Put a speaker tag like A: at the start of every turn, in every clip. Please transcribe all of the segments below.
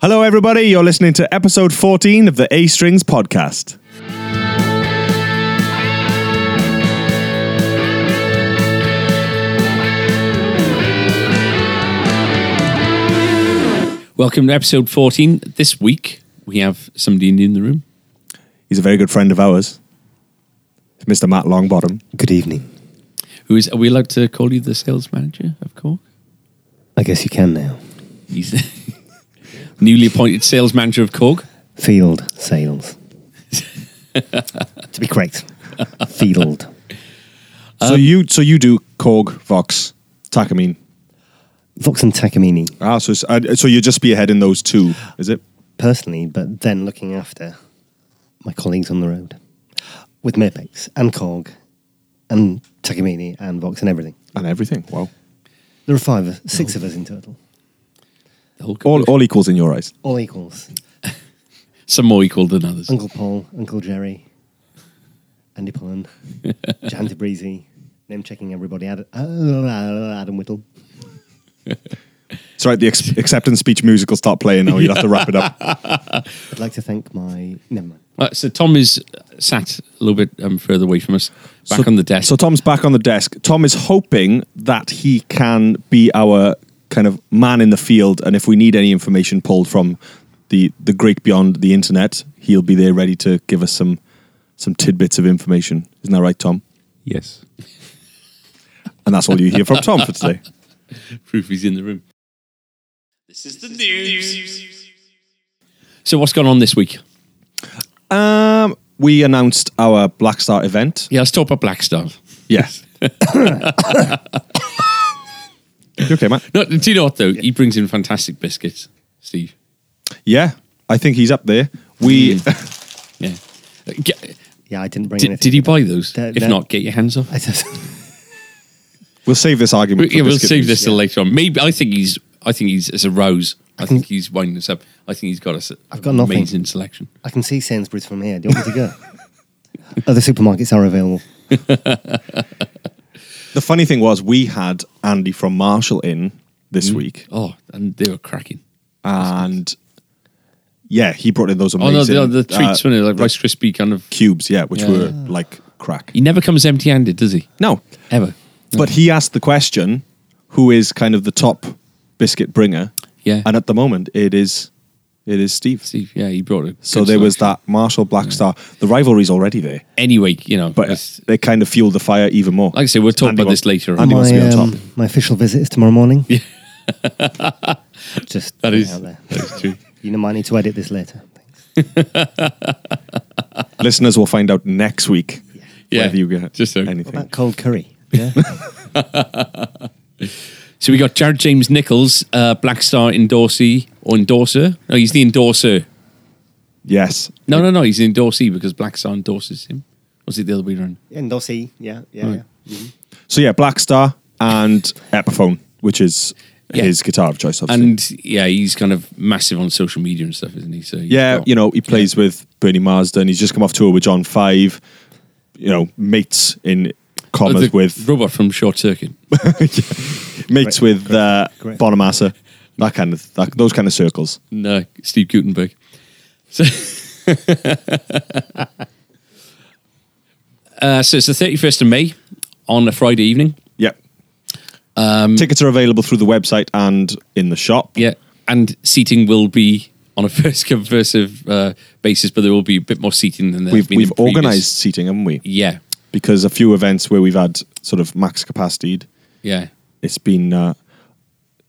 A: Hello, everybody. You're listening to episode 14 of the A Strings podcast.
B: Welcome to episode 14. This week, we have somebody in the room.
A: He's a very good friend of ours, It's Mr. Matt Longbottom.
C: Good evening.
B: Who is, are we allowed to call you the sales manager of Cork?
C: I guess you can now.
B: He's the newly appointed sales manager of Cork.
C: Field sales. to be correct, field.
A: so you, so you do Korg, Vox, Takamine.
C: Vox and Takamini,
A: Ah, so it's, uh, so you're just spearheading those two, is it?
C: personally, but then looking after my colleagues on the road with Mapex and Cog and Takamini and Vox and everything.
A: And everything. Wow.
C: There are five, of- six of us in total,
B: The whole
A: All,
B: company.
A: all equals in your eyes.
C: all equals.
B: Some more equal than others.
C: Uncle Paul, Uncle Jerry, Andy Pullen, Jan DeBreezy, name checking everybody, Adam, Adam Whittle.
A: It's all right. The ex- acceptance speech music will start playing now. You'll have to wrap it up.
C: I'd like to thank my. Never mind.
B: Right, Uh, so Tom is sat a little bit um, further away from us, back
A: So-
B: on the desk.
A: So Tom's back on the desk. Tom is hoping that he can be our kind of man in the field, and if we need any information pulled from the the great beyond the internet, he'll be there ready to give us some some tidbits of information. Isn't that right, Tom?
B: yes.
A: And that's all you hear from Tom for today.
B: Proof he's in the room. This is the news. So what's gone on this week?
A: Um, we announced our Black Star event.
B: Yeah, let's talk about Black Star.
A: Yes. you okay, Matt?
B: No, do you know what, though? He brings in fantastic biscuits, Steve.
A: Yeah, I think he's up there. We
B: Yeah. Uh, get-
C: Yeah, I didn't bring
B: Did,
C: anything.
B: did he buy those?
C: That-
B: if
C: that-
B: not, get your hands off.
C: I just,
A: we'll save this
B: We,
A: argument. for
B: yeah, we'll
A: biscuit
B: save
A: news.
B: this till later on. Maybe I think he's. I think he's as a rose. I think he's winding us up. I think he's got us.
C: I've got nothing.
B: amazing selection.
C: I can see Sainsbury's from here. Do you want me to go? Other supermarkets are available.
A: The funny thing was, we had Andy from Marshall in this week,
B: Oh, and they were cracking.
A: and yeah, he brought in those
B: Oh
A: amazing
B: no, the, the
A: uh,
B: treats, weren't they? like Rice Krispie kind of.
A: cubes, yeah, which
B: Yeah.
A: were like crack.
B: He never comes empty-handed, does he?
A: No,
B: Ever.
A: but he asked the question, "Who is kind of the top biscuit bringer?"
B: Yeah.
A: and at the moment, it is it is Steve.
B: Steve, yeah, he brought it.
A: So there was that Marshall Black Star. The rivalry's already there,
B: Anyway, you know,
A: but
B: it's-
A: they kind of fueled the fire even more.
B: like I say, we'll talk
A: Andy
B: about
A: wants-
B: this later on.
A: Andy wants to be
C: My,
A: on top.
C: um, my official visit is tomorrow morning. Just
B: That
C: put it
B: is-
C: out there.
B: That's true.
C: You know, I need to edit this later.
A: Listeners will find out next week
B: Yeah,
A: whether you get
B: just so-
A: anything.
C: What about cold curry? Yeah.
B: So we got Jared James Nichols, uh, Black Star endorsee or endorser. No, he's the endorser.
A: Yes,
B: No, no, no. He's an endorsee because Black Star endorses him. Was it the other way around?
C: Endossi. Yeah, yeah, yeah.
A: So yeah, Black Star and Epiphone, which is
B: Yeah.
A: his guitar of choice, obviously.
B: And yeah, he's kind of massive on social media and stuff, isn't he? So he's
A: yeah,
B: got-
A: you know, he plays with Bernie Marsden. He's just come off tour with John Five. You know, mates in
B: Oh,
A: commas
B: the
A: with
B: robot from Short Circuit.
A: mates with uh,
C: great.
A: Bonamassa, that kind of that, those kind of circles.
B: No, uh, Steve Gutenberg. So, uh, so it's the thirty first of May on a Friday evening.
A: Yeah. Tickets are available through the website and in the shop.
B: Um, Yeah, and seating will be on a first come first serve uh, basis, but there will be a bit more seating than there
A: We've
B: have been.
A: we've
B: in previous-
A: organised seating, haven't we?
B: Yeah,
A: Because a few events where we've had sort of max capacity.
B: yeah.
A: it's been uh,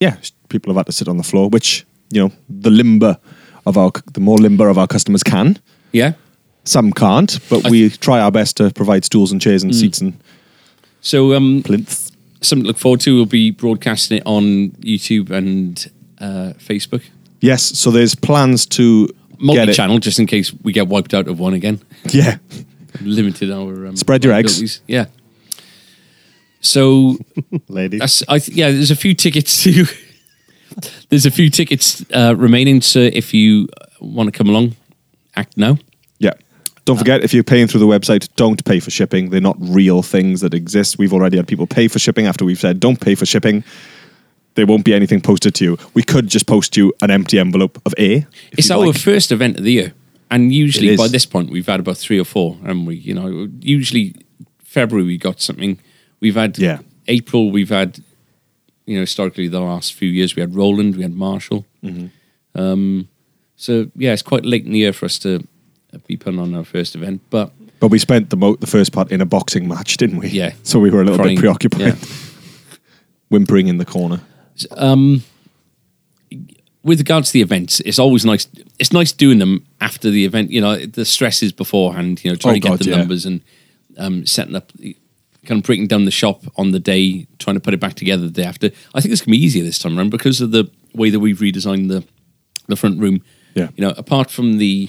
A: yeah people have had to sit on the floor which you know the limber of our the more limber of our customers can
B: Yeah.
A: some can't but we try our best to provide stools and chairs and seats and
B: So um,
A: plinths
B: something to look forward to. We'll be broadcasting it on YouTube and uh, Facebook.
A: yes so there's plans to get it-
B: Multi-channel, just in case we get wiped out of one again.
A: yeah
B: Limited our um,
A: Spread your eggs.
B: liabilities. Yeah. So
C: Ladies.
B: that's I th- yeah. There's a few tickets to. there's a few tickets uh, remaining, so if you want to come along, act now.
A: yeah don't forget if you're paying through the website don't pay for shipping they're not real things that exist we've already had people pay for shipping after we've said don't pay for shipping There won't be anything posted to you. We could just post you an empty envelope of A. if
B: It's
A: you'd
B: our
A: like.
B: first event of the year, and
A: It
B: usually
A: is.
B: by this point we've had about three or four, and we, you know, usually February we got something. We've had
A: Yeah.
B: April. We've had, you know, historically the last few years we had Roland, we had Marshall. Um,
A: Mm-hmm.
B: so yeah, it's quite late in the year for us to uh, be putting on our first event, but
A: But we spent the mo- the first part in a boxing match, didn't we?
B: Yeah.
A: So we were a little
B: Crying.
A: bit preoccupied,
B: Yeah.
A: whimpering in the corner.
B: with regards to the events, it's always nice. It's nice doing them after the event. You know, the stresses beforehand. You know, trying
A: Oh,
B: to get
A: God,
B: the
A: yeah.
B: numbers and um, setting up, the- kind of breaking down the shop on the day, trying to put it back together the day after. I think it's gonna be easier this time around because of the way that we've redesigned the the front room.
A: Yeah.
B: You know, apart from the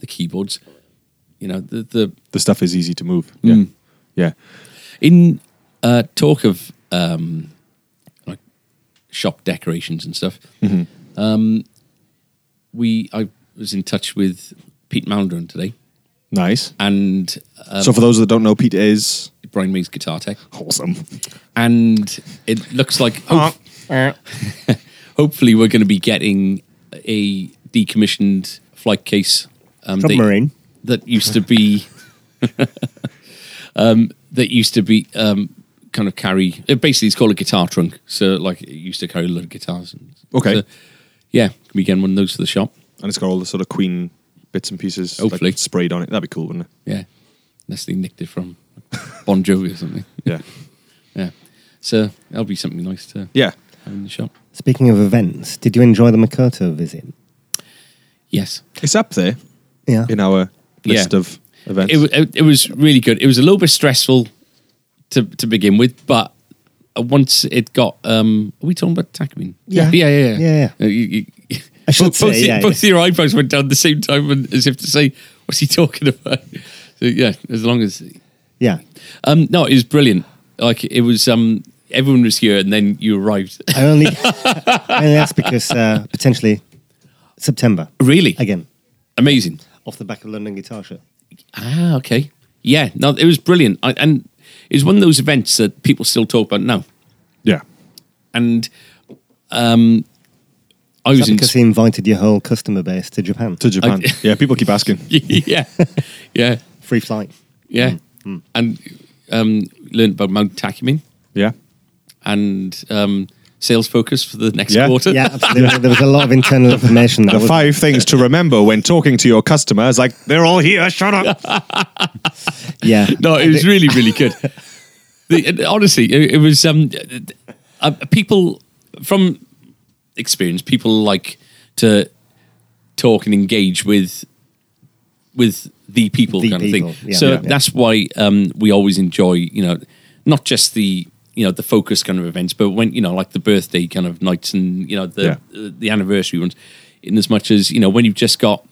B: the keyboards, you know, the the
A: The stuff is easy to move. Yeah.
B: Mm.
A: Yeah.
B: in uh, talk of um, like shop decorations and stuff, um, we I was in touch with Pete Maldron today
A: Nice.
B: and uh,
A: so for those that don't know, Pete is
B: Brian Mee's guitar tech,
A: awesome.
B: and it looks like oh, hope- hopefully we're going to be getting a decommissioned flight case um, that-
C: Submarine.
B: that used to be um, that used to be um, kind of carry it basically it's called a guitar trunk so like it used to carry a lot of guitars and,
A: Okay.
B: so, yeah can we get one of those for the shop
A: And it's got all the sort of Queen bits and pieces like,
B: Hopefully.
A: sprayed on it. That'd be cool, wouldn't it?
B: yeah unless they nicked it from Bon Jovi or something
A: Yeah.
B: yeah so that'll be something nice to
A: Yeah.
B: have in the shop
C: Speaking of events, did you enjoy the Makoto visit?
B: yes
A: It's up there
C: Yeah.
A: in our list
B: Yeah.
A: of events.
B: it, wa- it, it was really good it was a little bit stressful to, to begin with but uh, once it got um are we talking about Takamine
C: Yeah.
B: yeah yeah yeah,
C: Yeah, yeah.
B: Uh, you- you-
C: I should
B: both,
C: say,
B: both,
C: yeah,
B: both your eyebrows went down at the same time, and as if to say, "What's he talking about?" So yeah, as long as
C: yeah.
B: um, no, it was brilliant. Like it was, um, everyone was here, and then you arrived.
C: I only, I only asked because uh, potentially September
B: really,
C: again
B: amazing.
C: off the back of London Guitar Show.
B: Ah, okay, yeah, no, it was brilliant, I, and it was one of those events that people still talk about now.
A: yeah.
B: And um, I
C: Is
B: was
C: that
B: in.
C: because he invited your whole customer base to Japan.
A: To Japan.
B: I-
A: yeah, people keep asking.
B: yeah, yeah,
C: Free flight.
B: yeah,
C: Hmm.
B: and um, learned about Mount Takumin.
A: Yeah.
B: and um, sales focus for the next
A: Yeah.
B: quarter.
C: Yeah, absolutely. there was a lot of internal information. That
A: The
C: was
A: five things to remember when talking to your customer is like, they're all here, shut up.
C: Yeah.
B: No, it was really, really good. the, and honestly, it, it was um, uh, people from experience. People like to talk and engage with with the people
C: The
B: kind
C: people,
B: of thing.
C: yeah.
B: so
C: Yeah.
B: that's why um, we always enjoy, you know, not just the you know the focus kind of events, but when you know like the birthday kind of nights and you know the
A: Yeah.
B: uh, the anniversary ones. In as much as you know, when you've just got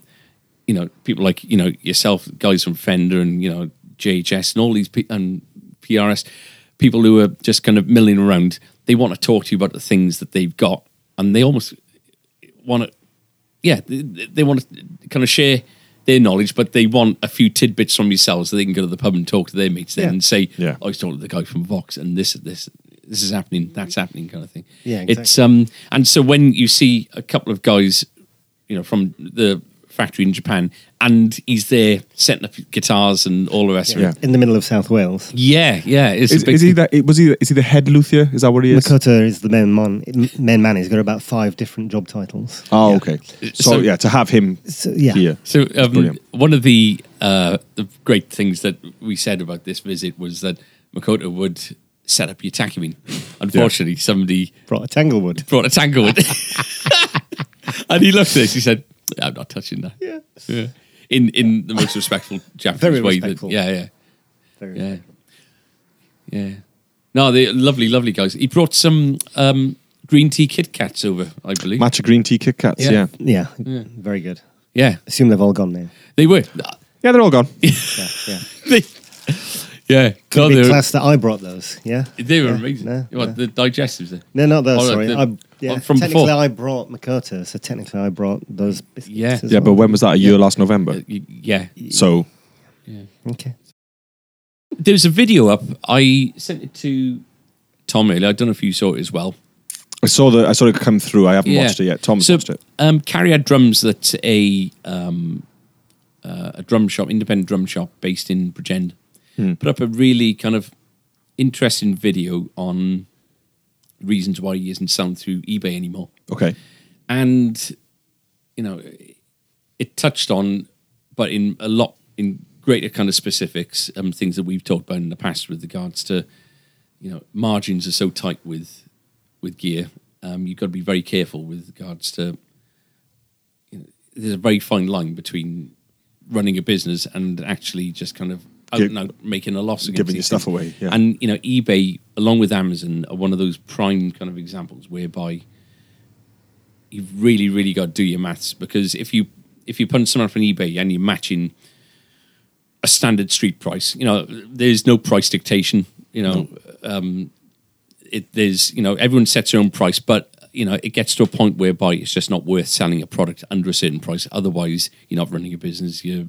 B: you know people like you know yourself, guys from Fender and you know JHS and all these pe- and PRS people who are just kind of milling around. They want to talk to you about the things that they've got, and they almost want to yeah, they, they want to kind of share their knowledge, but they want a few tidbits from yourselves so they can go to the pub and talk to their mates then
C: Yeah.
B: and say,
A: Yeah.
B: "I was talking to the guy from Vox, and this, this, this is happening, that's happening," kind of thing.
C: Yeah,
B: it's um, and so when you see a couple of guys, you know, from the factory in Japan, and he's there setting up guitars and all the rest
A: Yeah.
B: of it.
C: in the middle of South Wales.
B: Yeah, yeah, it's
A: Is,
B: a big
A: is he that? Was he? Is he the head luthier? Is that what he is?
C: Makoto is the main man. Main man. He's got about five different job titles.
A: Oh,
C: Yeah.
A: okay. So,
B: So-
A: yeah, to have him
C: So, yeah.
A: here.
B: So um,
A: brilliant.
B: one of the uh, the great things that we said about this visit was that Makoto would set up your Takumin. Unfortunately, somebody
C: Brought a Tanglewood.
B: brought a Tanglewood, and he looked at this. He said, "I'm not touching that."
C: Yeah.
B: Yeah. In in the most respectful Japanese
C: Very
B: way.
C: respectful.
B: That, yeah, yeah.
C: Very
B: Yeah. Yeah. No, they're lovely, lovely guys. He brought some um, green tea Kit Kats over, I believe.
A: Matcha green tea Kit Kats.
B: Yeah.
A: Yeah. yeah.
C: Yeah, Very good.
B: yeah,
C: Assume they've all gone now.
B: they were.
A: they're all gone.
C: Yeah. Yeah.
B: They- yeah. No,
C: Big
B: Oh, they were-
C: class that I brought those. Yeah.
B: They were amazing.
C: no,
B: what,
C: no.
B: The digestives there.
C: No, not those.
B: Oh,
C: sorry.
B: the-
C: I, yeah,
B: oh, from
C: technically,
B: before.
C: I brought Makoto, so technically, I brought those biscuits.
B: Yeah. Uh,
C: as
A: Yeah, but
C: well.
A: when was that? A year last November.
B: Y- Yeah.
A: So
C: okay.
B: There's a video up. I sent it to Tom earlier. I don't know if you saw it as well.
A: I saw the I saw it come through. I haven't
B: Yeah.
A: watched it yet. Tom's
B: so,
A: watched it.
B: Um, Carrier Drums, that's a um, uh, a drum shop, independent drum shop based in Bridgend,
A: Hmm.
B: put up a really kind of interesting video on reasons why he isn't selling through eBay anymore,
A: Okay.
B: and you know, it touched on, but in a lot in greater kind of specifics, um, things that we've talked about in the past with regards to, you know, margins are so tight with with gear. Um, you've got to be very careful with regards to. You know, there's a very fine line between running a business and actually just kind of out
A: Gi-
B: and out making a loss against
A: giving your
B: these
A: stuff
B: things.
A: away, yeah.
B: And you know, eBay along with Amazon are one of those prime kind of examples whereby you've really, really got to do your maths because if you if you punch someone up on eBay and you're matching a standard street price, you know, there's no price dictation. You know, um, it, there's you know everyone sets their own price, but you know it gets to a point whereby it's just not worth selling a product under a certain price. Otherwise, you're not running a business. You're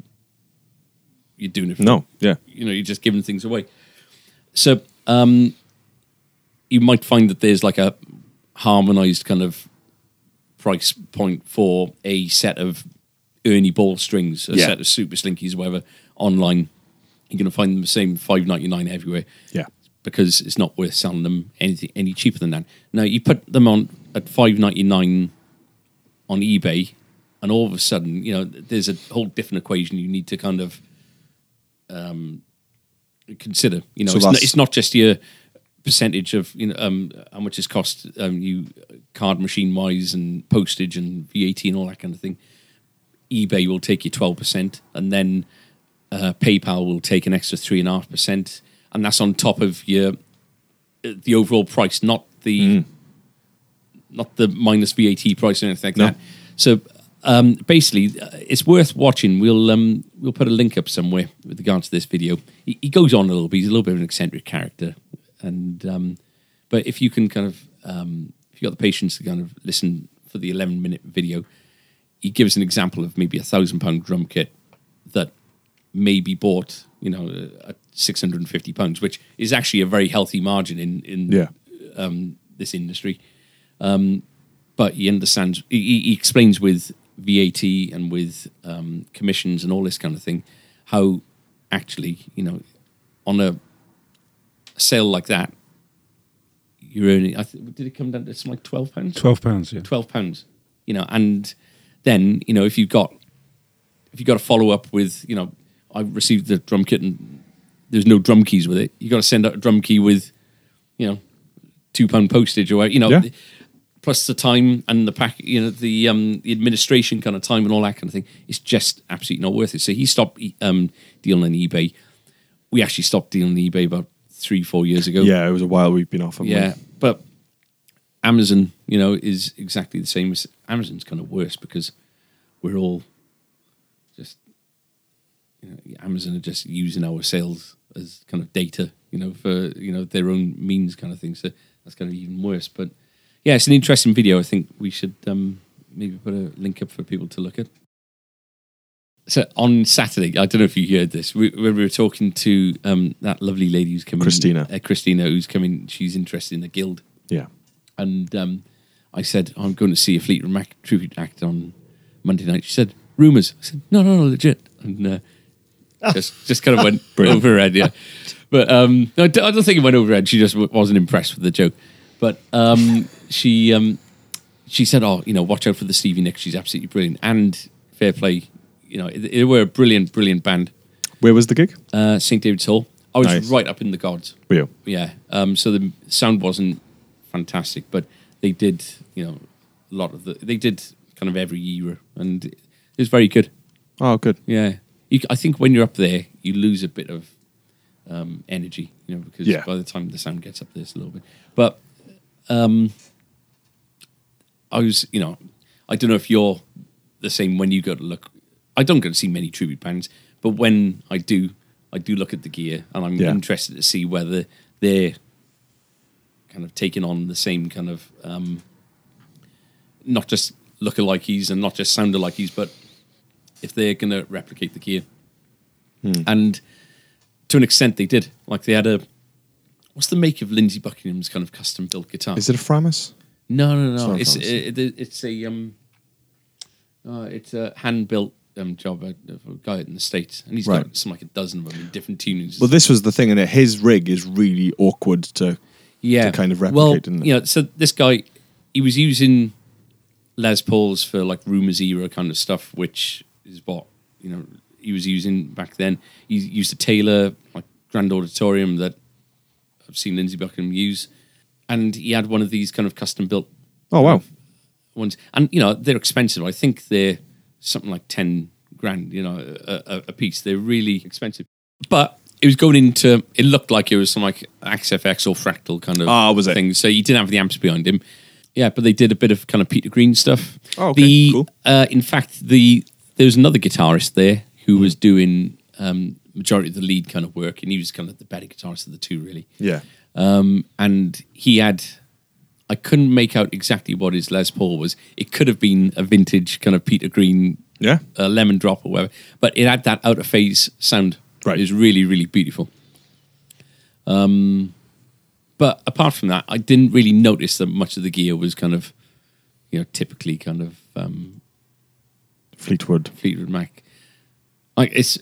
B: you're doing it. For,
A: No. Yeah.
B: you know you're just giving things away. So um, you might find that there's like a harmonized kind of price point for a set of Ernie Ball strings, a
A: Yeah.
B: set of Super Slinkies, whatever online. You're going to find them the same five ninety nine everywhere
A: Yeah.
B: because it's not worth selling them anything any cheaper than that. Now you put them on at five ninety nine on eBay, and all of a sudden, you know, there's a whole different equation you need to kind of um, consider. You know,
A: So
B: it's, not,
A: that's-
B: it's not just your percentage of you know um, how much it's cost um, you card machine wise and postage and VAT and all that kind of thing. eBay will take you twelve percent, and then uh, PayPal will take an extra three and a half percent, and that's on top of your uh, the overall price, not the not the minus VAT price or anything like
A: No.
B: that. So um, basically, uh, it's worth watching. We'll um, we'll put a link up somewhere with regards to this video. He, he goes on a little bit. He's a little bit of an eccentric character, and um, but if you can kind of um, if you have got the patience to kind of listen for the eleven minute video, he gives an example of maybe a thousand pound drum kit that may be bought, you know, uh, at six hundred and fifty pounds, which is actually a very healthy margin in in
A: Yeah.
B: um, this industry. Um, but he understands, he- he, he explains with VAT and with um, commissions and all this kind of thing how actually, you know, on a sale like that, you're earning, I th- did it come down to something like £12?
D: Twelve pounds. Yeah.
B: twelve pounds. You know, and then you know if you've got if you've got to follow up with you know I received the drum kit and there's no drum keys with it. You got to send out a drum key with you know two pound postage or what- you know
A: Yeah.
B: plus the time and the pack you know the um the administration kind of time and all that kind of thing. It's just absolutely not worth it. So he stopped e- um dealing on eBay. We actually stopped dealing on eBay about three four years ago.
A: Yeah. It was a while we've been off. haven't we?
B: Oh. Yeah, but Amazon, you know, is exactly the same as Amazon's kind of worse because we're all just you know, Amazon are just using our sales as kind of data, you know, for you know their own means kind of thing. So that's going to be even worse. But yeah, it's an interesting video. I think we should um, maybe put a link up for people to look at. So on Saturday, I don't know if you heard this. We, when we were talking to um, that lovely lady who's coming,
A: Christina.
B: uh, Christina, who's coming. She's interested in the guild
A: Yeah.
B: and um, I said, I'm going to see a Fleetwood Mac tribute act on Monday night. She said, rumours. I said, no, no, no, legit. And uh, just, just kind of went over her head, yeah. But um, no, I don't I don't think it went over her head. She just w- wasn't impressed with the joke. But um, she um, she said, oh, you know, watch out for the Stevie Nicks. She's absolutely brilliant. And fair play, you know, they they were a brilliant, brilliant band.
A: Where was the gig?
B: Uh, St. David's Hall. I was
A: Nice.
B: right up in the gods
A: Were you?
B: yeah. Um, so the sound wasn't fantastic, but they did, you know, a lot of the. They did kind of every era, and it was very good.
A: Oh, good.
B: Yeah, you, c- I think when you're up there, you lose a bit of um, energy, you know, because
A: Yeah.
B: by the time the sound gets up there, it's a little bit. But um, I was, you know, I don't know if you're the same when you go to look. I don't go to see many tribute bands, but when I do, I do look at the gear, and I'm
A: Yeah.
B: interested to see whether they're kind of taking on the same kind of um, not just lookalikes and not just soundalikes, but if they're going to replicate the gear.
A: Hmm.
B: And to an extent, they did. Like they had a what's the make of Lindsey Buckingham's kind of custom built guitar?
A: Is it a Framus?
B: No, no, no.
A: not
B: It's
A: fancy.
B: it, it, it's a um, uh, it's a hand built um job uh, of a guy in the states, and he's
A: Right.
B: got some like a dozen of them in different tunings.
A: Well, this was the thing, and his rig is really awkward to. to
B: yeah,
A: kind of replicate,
B: Well,
A: didn't it?
B: you know, so this guy, he was using Les Pauls for like Rumors era kind of stuff, which is what you know he was using back then. He used a Taylor like Grand Auditorium that I've seen Lindsey Buckingham use, and he had one of these kind of custom built
A: Oh wow!
B: ones, and you know they're expensive. I think they're something like ten grand, you know, a, a, a piece. They're really expensive, but it was going into. It looked like it was some like XFX or Fractal kind of
A: Ah, was it?
B: thing. So he didn't have the amps behind him. Yeah, but they did a bit of kind of Peter Green stuff.
A: Oh, okay,
B: The,
A: cool.
B: uh, in fact, the there was another guitarist there who was doing um, majority of the lead kind of work, and he was kind of the better guitarist of the two, really
A: Yeah,
B: um, and he had I couldn't make out exactly what his Les Paul was. It could have been a vintage kind of Peter Green,
A: Yeah.
B: uh, lemon drop or whatever, but it had that out of phase sound.
A: Right.
B: it was really really beautiful. Um, but apart from that, I didn't really notice that much of the gear was kind of, you know, typically kind of um,
A: Fleetwood.
B: Fleetwood Mac. Like it's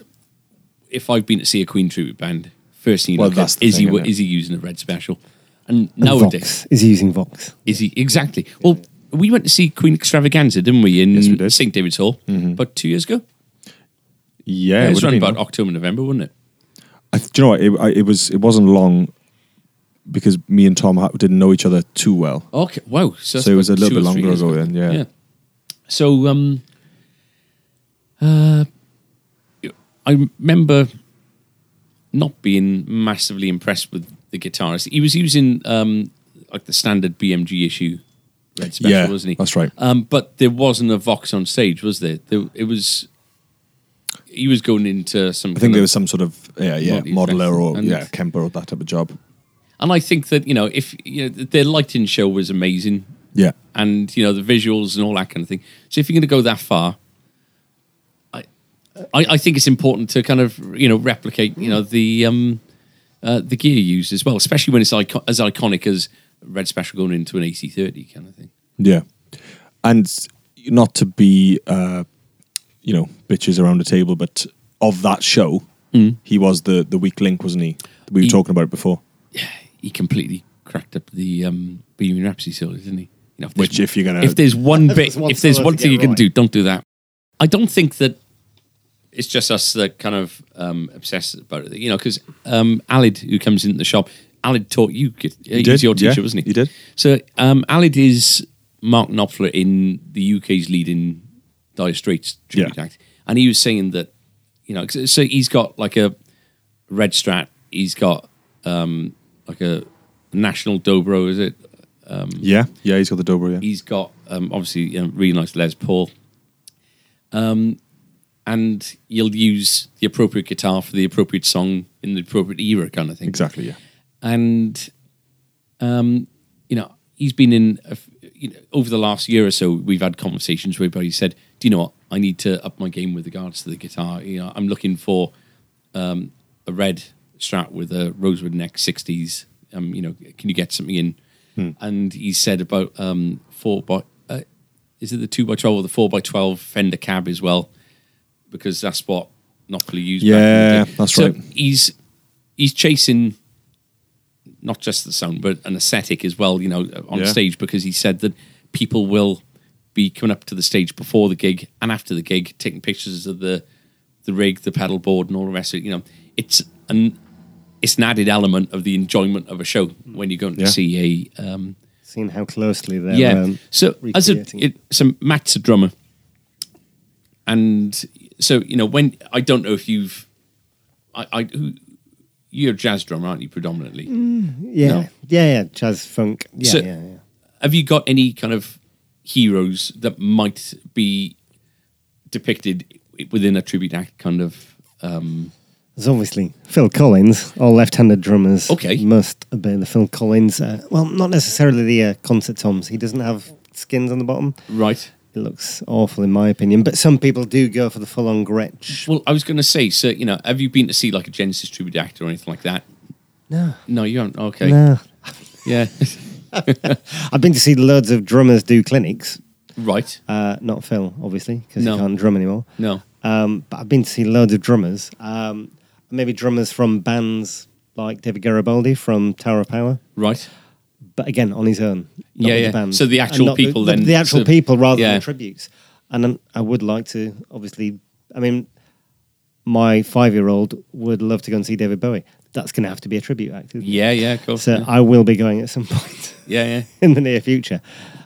B: if I've been to see a Queen tribute band, first thing you
A: Well,
B: look
A: that's
B: at
A: the
B: is
A: thing,
B: he
A: isn't it?
B: is he using a red special? And
C: And
B: nowadays
C: Vox. Is he using Vox?
B: is he exactly? Well, we went to see Queen Extravaganza, didn't we? In
A: we did.
B: St David's Hall about two years ago.
A: Mm-hmm. Yeah,
B: it was
A: would've
B: around
A: been-
B: about October, November, wasn't it?
A: I, do you know what? It, I, it was. It wasn't long because me and Tom ha- didn't know each other too well.
B: Okay, wow. So,
A: So it was a
B: that's
A: little
B: two
A: bit
B: or three
A: longer
B: years
A: ago then, yeah.
B: So, um, uh, I remember not being massively impressed with the guitarist. He was using um, like the standard BMG issue red special,
A: Yeah,
B: wasn't he?
A: that's right.
B: Um, but there wasn't a Vox on stage, was there? there it was. He was going into some.
A: I think there was some sort of yeah, yeah,
B: Multi-effect
A: modeler or
B: and-
A: yeah, Kemper or that type of job.
B: and I think that you know, if you know, their lighting show was amazing.
A: Yeah,
B: and you know the visuals and all that kind of thing. So if you're going to go that far, I, I I think it's important to kind of you know replicate you know the um uh, the gear used as well, especially when it's icon- as iconic as Red Special going into an AC30 kind of thing.
A: yeah, and not to be uh, you know bitches around the table, but of that show, he was the the weak link, wasn't Mm. he? We were
B: He-
A: talking about it before.
B: He completely cracked up the um, Bohemian Rhapsody solo, didn't he? You know, if there's-
A: Which, if you're gonna-
B: if there's one bit,
C: there's one
B: if there's
C: solo
B: one
C: to
B: thing
C: get
B: you can
C: right.
B: do, don't do that. I don't think that it's just us that kind of um, obsessed about it, you know, because um, Alid, who comes into the shop, Alid taught you. uh, He, he
A: did,
B: was your teacher,
A: yeah,
B: wasn't he?
A: he did.
B: So um, Alid is Mark Knopfler in the UK's leading Dire Straits tribute
A: Yeah.
B: act, and he was saying that, you know, 'cause- so he's got like a red strat, he's got um, like a national dobro, is it?
A: Yeah, yeah, he's got the Dobro. Yeah,
B: He's got um, obviously you know, really nice Les Paul, um, and you'll use the appropriate guitar for the appropriate song in the appropriate era, kind of thing.
A: exactly. Yeah,
B: And um, you know, he's been in. A, f- you know, over the last year or so, we've had conversations where he said, "Do you know what? I need to up my game with regards to the guitar. You know, I'm looking for um, a red Strat with a rosewood neck 60s. Um, you know, can you get something in?"
A: Hmm.
B: And he said about um, four by uh, is it the two by twelve or the four by twelve Fender cab as well, because that's what Knopfler used. back in the
A: Yeah,
B: day.
A: that's
B: So
A: right.
B: He's he's chasing not just the sound, but an aesthetic as well, you know, on
A: Yeah.
B: stage because he said that people will be coming up to the stage before the gig and after the gig, taking pictures of the the rig, the pedal board, and all the rest of it. You know, it's an it's an added element of the enjoyment of a show when you're going to
A: Yeah.
B: see a um,
C: Seeing how closely they're.
B: yeah.
C: Um,
B: so as a
C: recreating
B: it, so Matt's a drummer, and so you know when I don't know if you've I, I who, you're a jazz drummer, aren't you? Predominantly,
C: yeah,
B: no.
C: yeah, yeah. Jazz, funk. Yeah,
B: So-
C: yeah, yeah.
B: have you got any kind of heroes that might be depicted within a tribute act? Kind of
C: There's obviously Phil Collins. All left-handed drummers
B: Okay.
C: must obey the Phil Collins. Uh, well, not necessarily the uh, concert toms. He doesn't have skins on the bottom.
B: right.
C: It looks awful, in my opinion. But some people do go for the full-on Gretsch.
B: Well, I was going to say, so you know, have you been to see like a Genesis tribute act or anything like that?
C: No,
B: No, you haven't. Okay,
C: no.
B: yeah.
C: I've been to see loads of drummers do clinics.
B: Right.
C: Uh, not Phil, obviously, because
B: No.
C: he can't drum anymore.
B: No.
C: Um, but I've been to see loads of drummers. Um, maybe drummers from bands like David Garibaldi from Tower of Power,
B: Right.
C: but again on his own. not
B: Yeah,
C: with
B: yeah.
C: The band.
B: So the
C: And
B: actual
C: not the-
B: people
C: the,
B: then
C: the actual
B: sort of-
C: people rather
B: yeah.
C: than tributes. And um, I would like to, obviously. I mean, my five-year-old would love to go and see David Bowie. That's going to have to be a tribute act. isn't it?
B: Yeah, yeah, of course.
C: So I will be going at some point
B: yeah, yeah.
C: in the near future.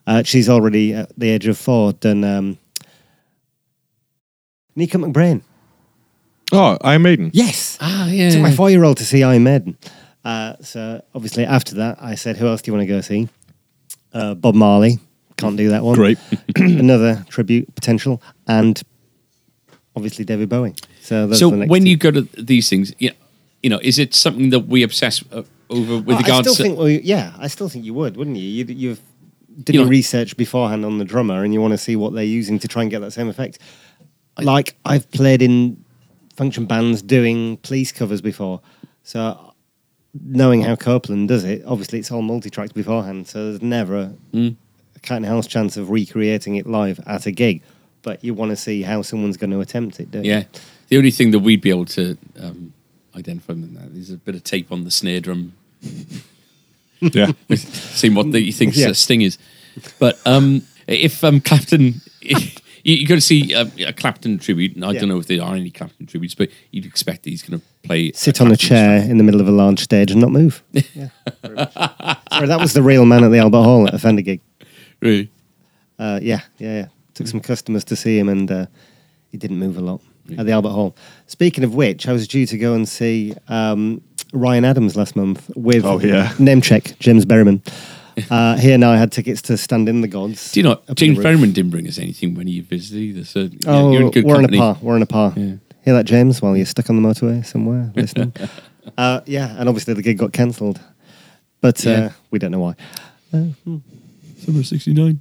C: Uh, she's already at the age of four done um, Nico McBrain.
A: Oh, Iron Maiden.
C: Yes.
B: Ah, yeah.
C: Took my
B: yeah.
C: four year old to see Iron Maiden. Uh, so obviously after that, I said, "Who else do you want to go see?" Uh, Bob Marley. Can't do that one.
A: Great.
C: Another tribute potential, and obviously David Bowie. So, those
B: So
C: are the next
B: when
C: two.
B: you go to these things, you know, you know, is it something that we obsess uh, over with
C: Oh, I
B: regards
C: still
B: to
C: think, well, yeah, I still think you would, wouldn't you? You'd, you've did
B: You
C: your
B: know-
C: research beforehand on the drummer, and you want to see what they're using to try and get that same effect. like I've played in function bands doing police covers before, so knowing how Copeland does it, obviously it's all multi-tracks beforehand, so there's never a,
B: Hmm.
C: a cat in the house chance of recreating it live at a gig. But you want to see how someone's going to attempt it, don't you?
B: Yeah. The only thing that we'd be able to um, identify from that is a bit of tape on the snare drum,
A: yeah.
B: seeing what the, you think
C: Yeah.
B: the sting is. But um, if um, Clapton, if, you, you go to see um, a Clapton tribute, and I
C: Yeah.
B: don't know if there are any Clapton tributes, but you'd expect that he's going to play.
C: sit on a
B: Clapton
C: chair in the middle of a large stage and not move. Yeah, very much. Sorry, that was the real man at the Albert Hall at a Fender gig.
B: track. Really?
C: Uh, yeah, yeah, yeah. Took some customers to see him and uh, he didn't move a lot at the Albert Hall. Speaking of which, I was due to go and see um, Ryan Adams last month with
A: Oh, yeah.
C: name check James Berryman. Uh, he and I had tickets to Stand in the Gods.
B: Do you know,
C: up in
B: James
C: the roof.
B: Berryman didn't bring us anything when he visited either. So you know,
C: Oh,
B: you're in good
C: we're
B: company.
C: on a par. We're on a par. Hear that, James? While you're stuck on the motorway somewhere listening. uh, yeah, and obviously the gig got cancelled, but
B: Yeah.
C: uh, we don't know why.
B: Summer of 69.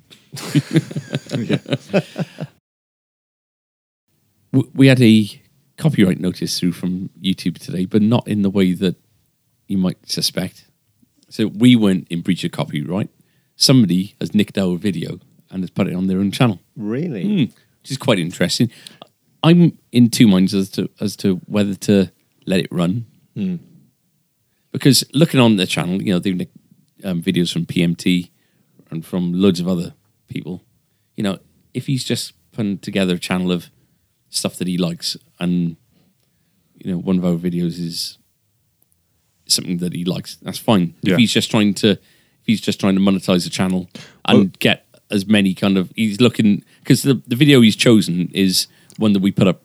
B: W- we had a copyright notice through from YouTube today, but not in the way that you might suspect. So we weren't in breach of copyright. Somebody has nicked our video and has put it on their own channel,
C: Really?
B: Hmm. which is quite interesting. I'm in two minds as to as to whether to let it run because looking on the channel, you know, they've nicked, um, videos from PMT and from loads of other people. You know, if he's just putting together a channel of stuff that he likes, and you know, one of our videos is something that he likes, that's fine.
A: Yeah.
B: If he's just trying to, if he's just trying to monetize the channel and get as many kind of, he's looking because the the video he's chosen is one that we put up,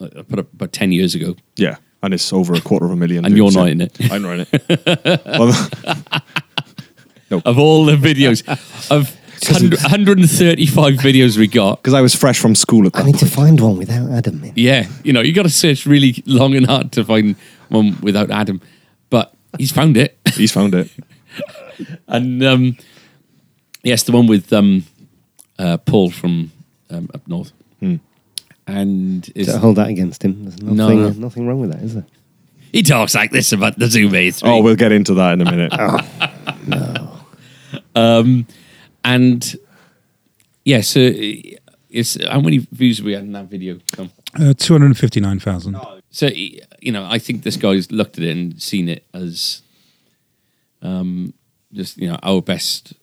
B: uh, put up about ten years ago.
A: Yeah. And it's over a quarter of a million.
B: And you're
A: views,
B: not
A: yeah.
B: in it.
A: I'm not in it. Well,
B: of all the videos of 100 135 videos we got.
A: because I was fresh from school at
C: I
A: that
C: need
A: point.
C: to find one without Adam. In.
B: Yeah, you know, you got to search really long and hard to find one without Adam, but he's found it.
A: He's found it.
B: And um, yes, the one with um, uh, Paul from um, up north, and is,
C: Don't hold that against him. There's nothing,
B: No, no.
C: nothing wrong with that, is there?
B: he talks like this about the Zoom A3.
A: Oh, we'll get into that in a minute.
C: Oh.
B: and yeah, so it's how many views have we had in that video? Tom?
D: Uh, 259,000.
B: So y- you know, I think this guy's looked at it and seen it as, um, just you know, our best,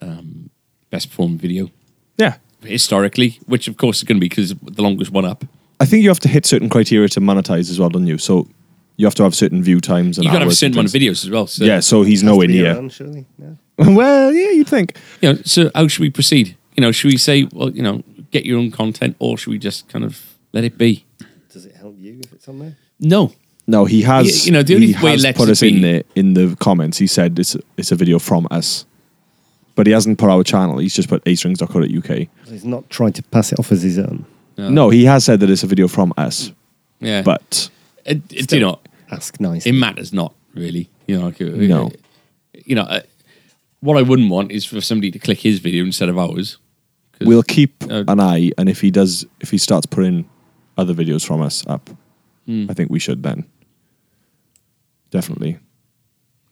B: um, best performed video
A: yeah.
B: historically, which of course is going to be because the longest one up.
A: I think you have to hit certain criteria to monetize as well, don't you? So you have to have certain view times and
B: You've got to have a
A: hours and
B: certain amount of
A: things.
B: videos as well. So
A: Yeah, so he's
C: Has to
A: nowhere
C: be uh,
A: near.
C: around, surely. No.
A: well, yeah, you'd think.
B: you know, so how should we proceed? You know, should we say, well, you know, get your own content, or should we just kind of let it be?
C: Does it help you if it's on there?
B: No,
A: No, he has.
B: You- you know, the only
A: he
B: way it
A: has
B: lets
A: put
B: it
A: us in
B: be-
A: there in the comments. He said it's it's a video from us, but he hasn't put our channel. He's just put astrings.co.uk.
C: So he's not trying to pass it off as his own.
B: Oh.
A: No, he has said that it's a video from us,
B: yeah,
A: but
B: it, it, you know,
C: Ask nice.
B: it matters not really. You know, like, uh,
A: No.
B: you know, uh, what I wouldn't want is for somebody to click his video instead of ours. 'Cause-
A: we'll keep
B: Uh,
A: an eye. And if he does, if he starts putting other videos from us up, I think we should then definitely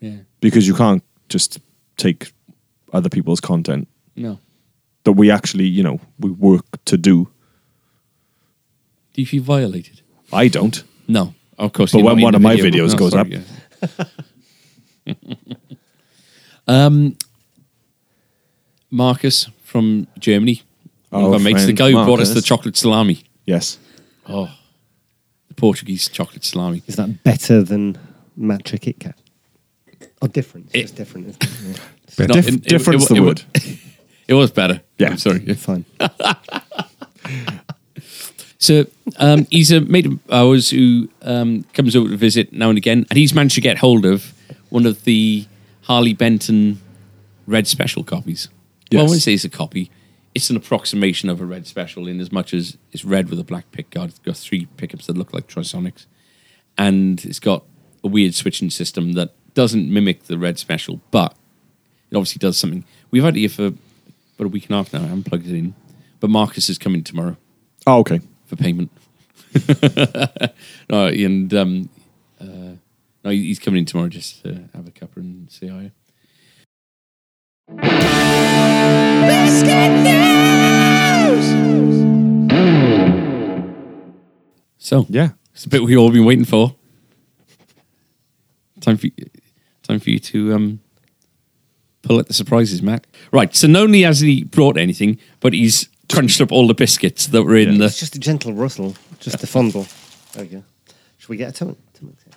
B: yeah,
A: because you can't just take other people's content
B: No.
A: that we actually, you know, we work to do.
B: Do you feel violated?
A: I don't.
B: No. Of course.
A: But
B: you're
A: when
B: not in
A: one
B: the
A: of my
B: video.
A: videos
B: No,
A: goes
B: sorry,
A: up.
B: yeah. um, Um, Marcus from Germany. one of
A: Our
B: our mates, the
A: friend
B: guy who brought us
A: Marcus.
B: the chocolate salami.
A: Yes.
B: Oh, the Portuguese chocolate salami.
C: Is that better than matcha Kit Kat? Or different? It's
B: It-
C: just different. Isn't it?
B: No,
A: Dif-
B: it- it-
A: difference
B: it-
A: the
B: it-
A: word.
B: It was better.
A: Yeah.
B: I'm sorry.
C: Yeah. Fine.
B: So um, he's a mate of ours who um, comes over to visit now and again, and he's managed to get hold of one of the Harley Benton red special copies. Well,
A: Yes.
B: when I say it's a copy, it's an approximation of a red special in as much as it's red with a black pickguard. It's got three pickups that look like trisonics, and it's got a weird switching system that doesn't mimic the red special, but it obviously does something. We've had it here for about a week and a half now. I haven't plugged it in, but Marcus is coming tomorrow
A: Oh, okay.
B: for payment. no, and um, uh, no, he's coming in tomorrow just to have a cuppa and see how you. So
A: Yeah.
B: it's a bit we've all been waiting for. Time for you, time for you to um, pull out the surprises, Matt. Right. So not only has he brought anything, but he's crunched up all the biscuits that were in
C: It's
B: the.
C: just a gentle rustle, just a fondle. There we go. Should we get a tummy? Tummy tap?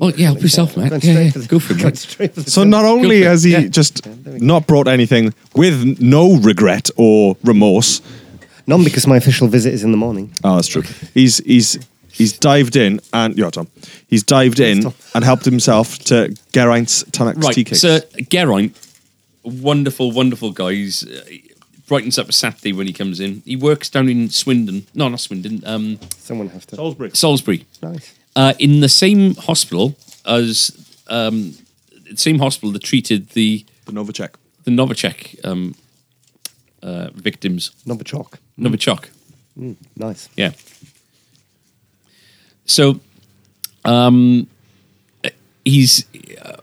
B: Oh yeah, help yourself,
C: Going
B: Matt.
C: straight
B: Yeah, yeah,
C: for the-
B: go for it.
C: going
B: Matt.
C: straight for the
A: So
C: tummy.
A: not only
B: for it.
A: has he
B: Yeah.
A: just not brought anything with no regret or remorse.
C: None because my official visit is in the morning.
A: Oh, that's true. He's he's he's dived in and yeah, Tom. He's dived in
C: Tom.
A: and helped himself to Geraint's Tanak's tea
B: Right,
A: cakes.
B: so Geraint, wonderful, wonderful guy. He's, uh, he brightens up a Saturday when he comes in. He works down in Swindon. No, not Swindon. Um,
C: Someone has to.
A: Salisbury.
B: Salisbury.
C: Nice.
B: Uh, in the same hospital as um, the same hospital that treated the
A: The Novacek.
B: the Novichok um, uh, victims.
C: Number chalk.
B: Novichok.
C: Nice.
B: Yeah. So, um, he's uh,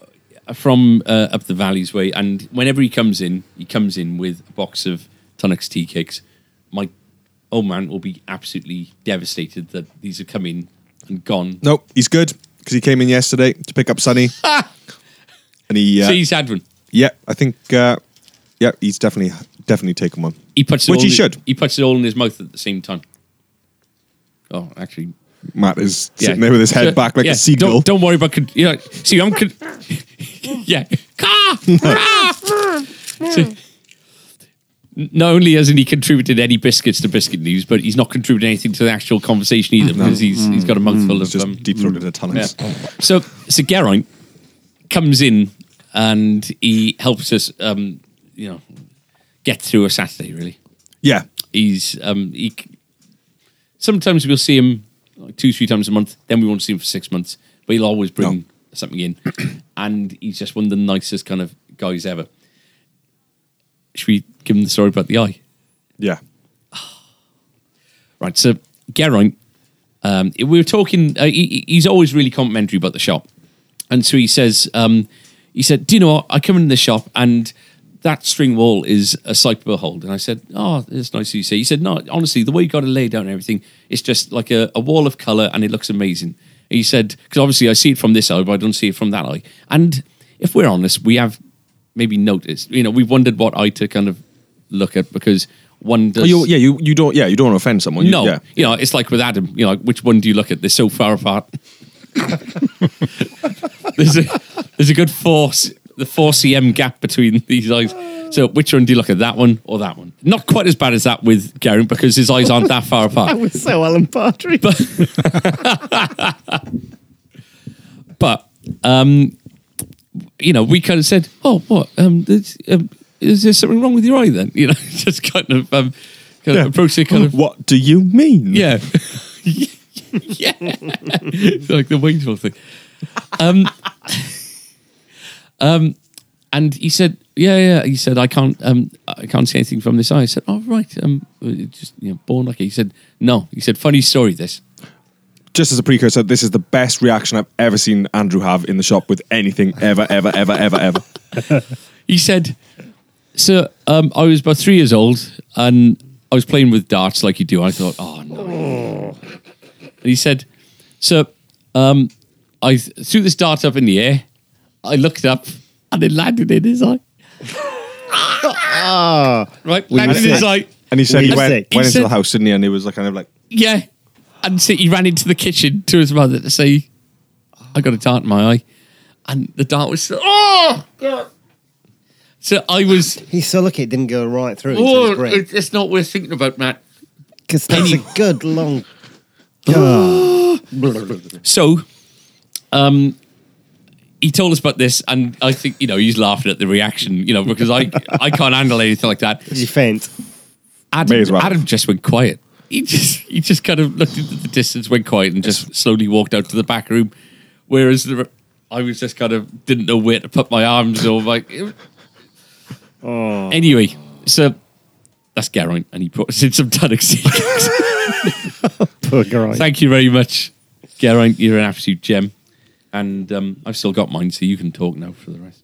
B: from uh, up the valleys way, and whenever he comes in, he comes in with a box of Tunnocks tea cakes. My old man will be absolutely devastated that these have come in and gone.
A: Nope, he's good because he came in yesterday to pick up Sunny.
B: Ah!
A: and he, uh,
B: So he's had one.
A: yeah, I think, uh, yeah, he's definitely definitely taken one.
B: He puts it
A: Which
B: all
A: he
B: in-
A: should.
B: He puts it all in his mouth at the same time. Oh, actually,
A: Matt is
B: Yeah.
A: sitting there with his head
B: So-
A: back like
B: yeah,
A: a seagull.
B: Don't, don't worry about. Con- you know, see, I'm. Con- yeah. Caw! Rah! So- not only hasn't he contributed any biscuits to Biscuit News, but he's not contributed anything to the actual conversation either because he's, he's got a mouthful of.
A: He's Mm, just
B: um,
A: deep throated a ton of
B: yeah.
A: us.
B: So, so Geraint comes in and he helps us, um, you know, get through a Saturday, really
A: Yeah.
B: he's um he c- sometimes we'll see him like two three times a month then we won't see him for six months but he'll always bring
A: No.
B: something in and he's just one of the nicest kind of guys ever should we give him the story about the eye
A: Yeah.
B: right so Geraint um we were talking uh, he, he- he's always really complimentary about the shop and so he says um he said do you know what I come in the shop and that string wall is a cyber hold. And I said, Oh, that's nice of you say. He said, No, honestly, the way you got it laid out and everything, it's just like a, a wall of color and it looks amazing. He said, Because obviously I see it from this eye, but I don't see it from that eye. And if we're honest, we have maybe noticed, you know, we've wondered what eye to kind of look at because one does.
A: Oh, you, yeah, you, you don't, yeah, you don't want to offend someone. You-
B: No,
A: Yeah.
B: you know, it's like with Adam. You know, which one do you look at? They're so far apart. there's a there's a good four c- the four cm gap between these eyes. So which one do you look at? That one or that one? Not quite as bad as that with Garen because his eyes aren't that far apart.
C: That was so Alan Partridge.
B: but um, you know, we kind of said, "Oh, what? Um, there's, um, is there something wrong with your eye?" Then you know, just kind of um, kind
A: Yeah.
B: of approach it kind of
A: What do you mean?
B: Yeah. yeah. like the Waynesville thing. Um, um, and he said, yeah, yeah. He said, I can't, um, I can't see anything from this eye. I said, oh, right. Um, it's just, you know, born like it. He said, no. He said, funny story, this.
A: Just as a precursor, this is the best reaction I've ever seen Andrew have in the shop with anything ever, ever, ever, ever, ever.
B: He said, So um, I was about three years old, and I was playing with darts like you do. I thought, oh no. and he said, "So um, I th- threw this dart up in the air. I looked up, and it landed in his eye.
C: ah,
B: right, landed in his eye.
A: And he said he
C: Wait a
A: went,
C: sec.
A: went
B: He
A: into
B: said-
A: the house, didn't he? And he was like, kind of like,
B: Yeah. And so he ran into the kitchen to his mother to say, I got a dart in my eye. And the dart was, oh! God. So I was,
C: He's so lucky it didn't go right through.
B: oh,
C: Oh,
B: it- it's not worth thinking about, Matt.
C: because that's a good long.
B: So, um, he told us about this, and I think, you know, he's laughing at the reaction, you know, because I, I can't handle anything like that.
C: Did you faint?
B: Adam,
A: May as well.
B: Adam just went quiet. He just he just kind of looked into the distance, went quiet, and just slowly walked out to the back room. Whereas the, I was just kind of didn't know where to put my arms or like.
A: Oh.
B: Anyway, so that's Geraint, and he brought us in some tonic seekers.
C: Poor guy.
B: Thank you very much, Geraint. You're an absolute gem, and um, I've still got mine, so you can talk now for the rest.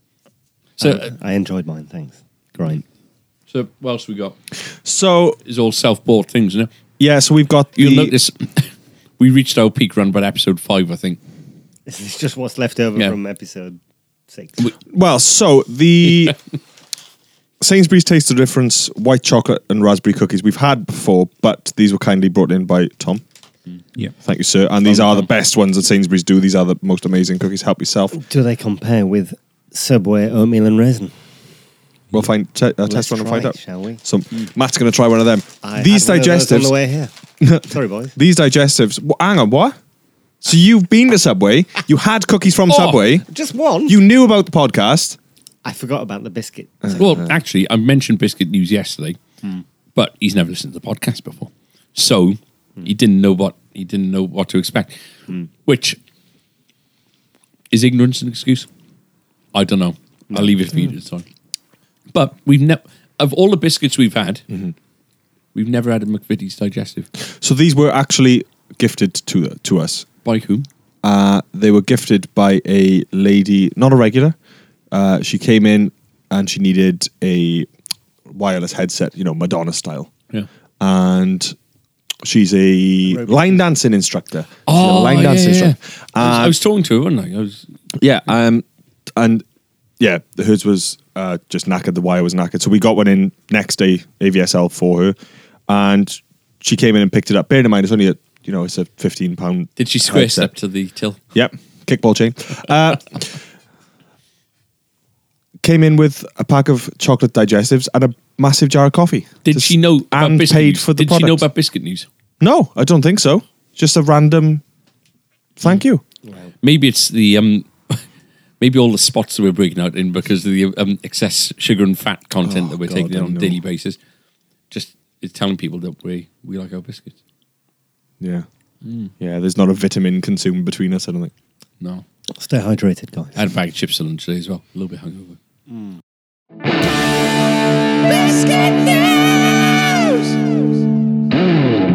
B: So, uh,
C: I enjoyed mine. Thanks. Great.
B: so what else we got?
A: so
B: It's all self-bought things, you know.
A: yeah. So we've got
B: You'll
A: the-
B: notice we reached our peak run by episode five, I think.
C: This is just what's left over
B: Yeah.
C: from episode six.
A: Well, so the Sainsbury's Taste the Difference white chocolate and raspberry cookies we've had before, but these were kindly brought in by Tom.
D: Yeah.
A: Thank you, sir. And these are the best ones that Sainsbury's do. These are the most amazing cookies. Help yourself.
C: Do they compare with Subway oatmeal and resin?
A: We'll find t- uh, test one and
C: try
A: find
C: it,
A: out.
C: shall we?
A: So Matt's going to try one of them.
C: I
A: these
C: had one of those on
A: digestives.
C: the way here. Sorry, boys.
A: These digestives. wh- hang on, what? So you've been to Subway. You had cookies from
B: Oh.
A: Subway.
C: Just one.
A: You knew about the podcast.
C: I forgot about the biscuit.
B: Well, actually, I mentioned Biscuit News yesterday, but he's never listened to the podcast before, so he didn't know what he didn't know what to expect, which is ignorance an excuse? I don't know. I'll leave it for
A: Hmm.
B: you to decide. But we've never of all the biscuits we've had,
A: Mm-hmm.
B: we've never had a McVitie's digestive.
A: So these were actually gifted to to us.
B: By whom?
A: Uh, they were gifted by a lady, not a regular. Uh, she came in and she needed a wireless headset, you know, Madonna style.
B: Yeah.
A: And she's a line dancing instructor. She's uh, a line
B: Oh, yeah,
A: dancing
B: yeah, yeah.
A: instructor.
B: I, was, I was talking to her, wasn't I? I was
A: Yeah, um, and yeah, the hers was uh, just knackered. The wire was knackered, so we got one in next day AVSL for her, and she came in and picked it up. Bearing in mind, it's only a you know it's a fifteen pound.
B: Did she square step to the till?
A: Yep, kickball chain. Uh, came in with a pack of chocolate digestives and a massive jar of coffee.
B: Did
A: Just-
B: she know about
A: and
B: biscuit
A: paid
B: news?
A: for the
B: Did
A: product?
B: she know about biscuit news?
A: no, I don't think so. Just a random. Thank
B: Hmm.
A: you.
B: Maybe it's the um, maybe all the spots that we're breaking out in because of the um, excess sugar and fat content
A: Oh,
B: that we're
A: God,
B: taking
A: I
B: in on a
A: know.
B: daily basis. Just it's telling people that we we like our biscuits.
A: Yeah,
B: Hmm.
A: yeah. There's not a vitamin consumed between us. I don't think.
B: No,
C: Stay hydrated, guys.
B: I had a bag of chips for lunch today as well. A little bit hungover.
E: Biscuit News!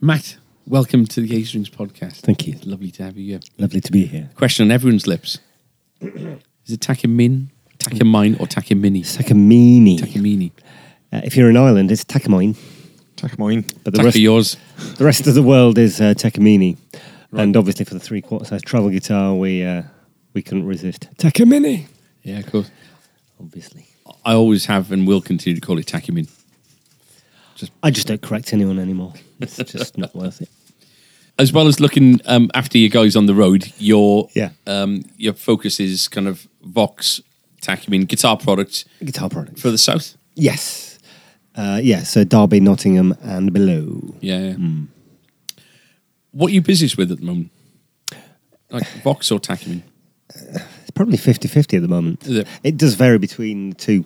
B: Matt, welcome to the A Strings podcast.
C: Thank you.
B: It's lovely to have you here.
C: Lovely to be here.
B: Question on everyone's lips: Is it Takamine, Takamine, or Takamini?
C: Takamini.
B: Takamini.
C: Uh, if you're in Ireland, it's Takamine.
A: Take mine.
C: But the
B: Taka
C: rest,
B: yours.
C: the rest of the world is uh, Takamini. And obviously, for the three quarter size travel guitar, we uh, we couldn't resist. Takamini.
B: Yeah, of course.
C: Obviously.
B: I always have and will continue to call it Takumin.
C: I just don't correct anyone anymore. It's just not worth it.
B: As well as looking um, after your guys on the road, your
C: Yeah.
B: um, your focus is kind of Vox Takumin guitar products
C: Guitar products.
B: for the south.
C: yes. Uh, yeah, so Derby, Nottingham, and below.
B: Yeah. yeah. What are you busiest with at the moment? Like Vox or Takumin?
C: It's probably 50 50 at the moment.
B: Is it?
C: does vary between the two.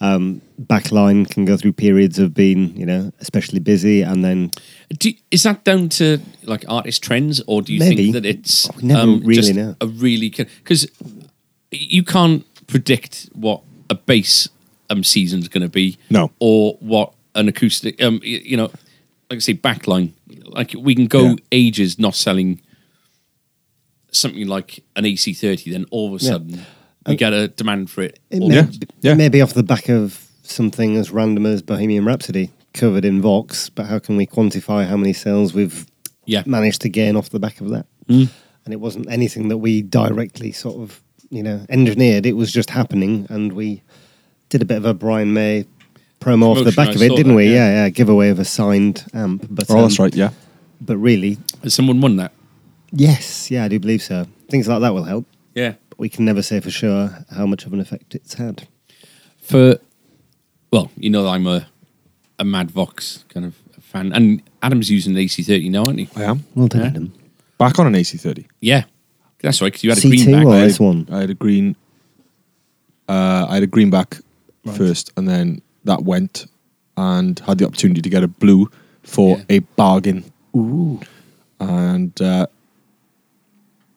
C: Um, backline can go through periods of being, you know, especially busy, and then
B: Do, is that down to like artist trends, or do you
C: Maybe.
B: think that it's um,
C: I never really
B: just
C: know.
B: a really because you can't predict what a bass um, season's going to be,
A: No.
B: or what an acoustic, um, y- you know, like I say, backline. Like we can go
A: Yeah.
B: ages not selling something like an AC30, then all of a sudden we get a demand for it.
C: Um, It
B: all
C: may,
A: Yeah, yeah.
C: Maybe off the back of something as random as Bohemian Rhapsody covered in Vox, but how can we quantify how many sales we've
B: Yeah. Hmm.
C: managed to gain off the back of that? And it wasn't anything that we directly sort of, you know, engineered. It was just happening, and we did a bit of a Brian May promo off the
B: Promotion, I
C: back of it,
B: saw
C: didn't
B: that,
C: we?
B: yeah.
C: Yeah. yeah, giveaway of a signed amp. But
A: Oh, that's
C: um,
A: right. Yeah.
C: But really,
B: Has someone won that?
C: yes, yeah, I do believe so. Things like that will help.
B: Yeah.
C: But we can never say for sure how much of an effect it's had.
B: for well, you know that I'm a a Mad Vox kind of fan, and Adam's using an AC30 now, aren't he?
A: I am.
C: Well done,
B: Yeah.
C: Adam.
A: Back on an AC30.
B: Yeah, that's right. Because you had a
C: C2
B: greenback.
C: or
B: I-
C: This one?
A: I had a green. Uh, I had a greenback first, and then that went, and had the opportunity to get a blue for
B: Yeah.
A: a bargain. Ooh. And uh,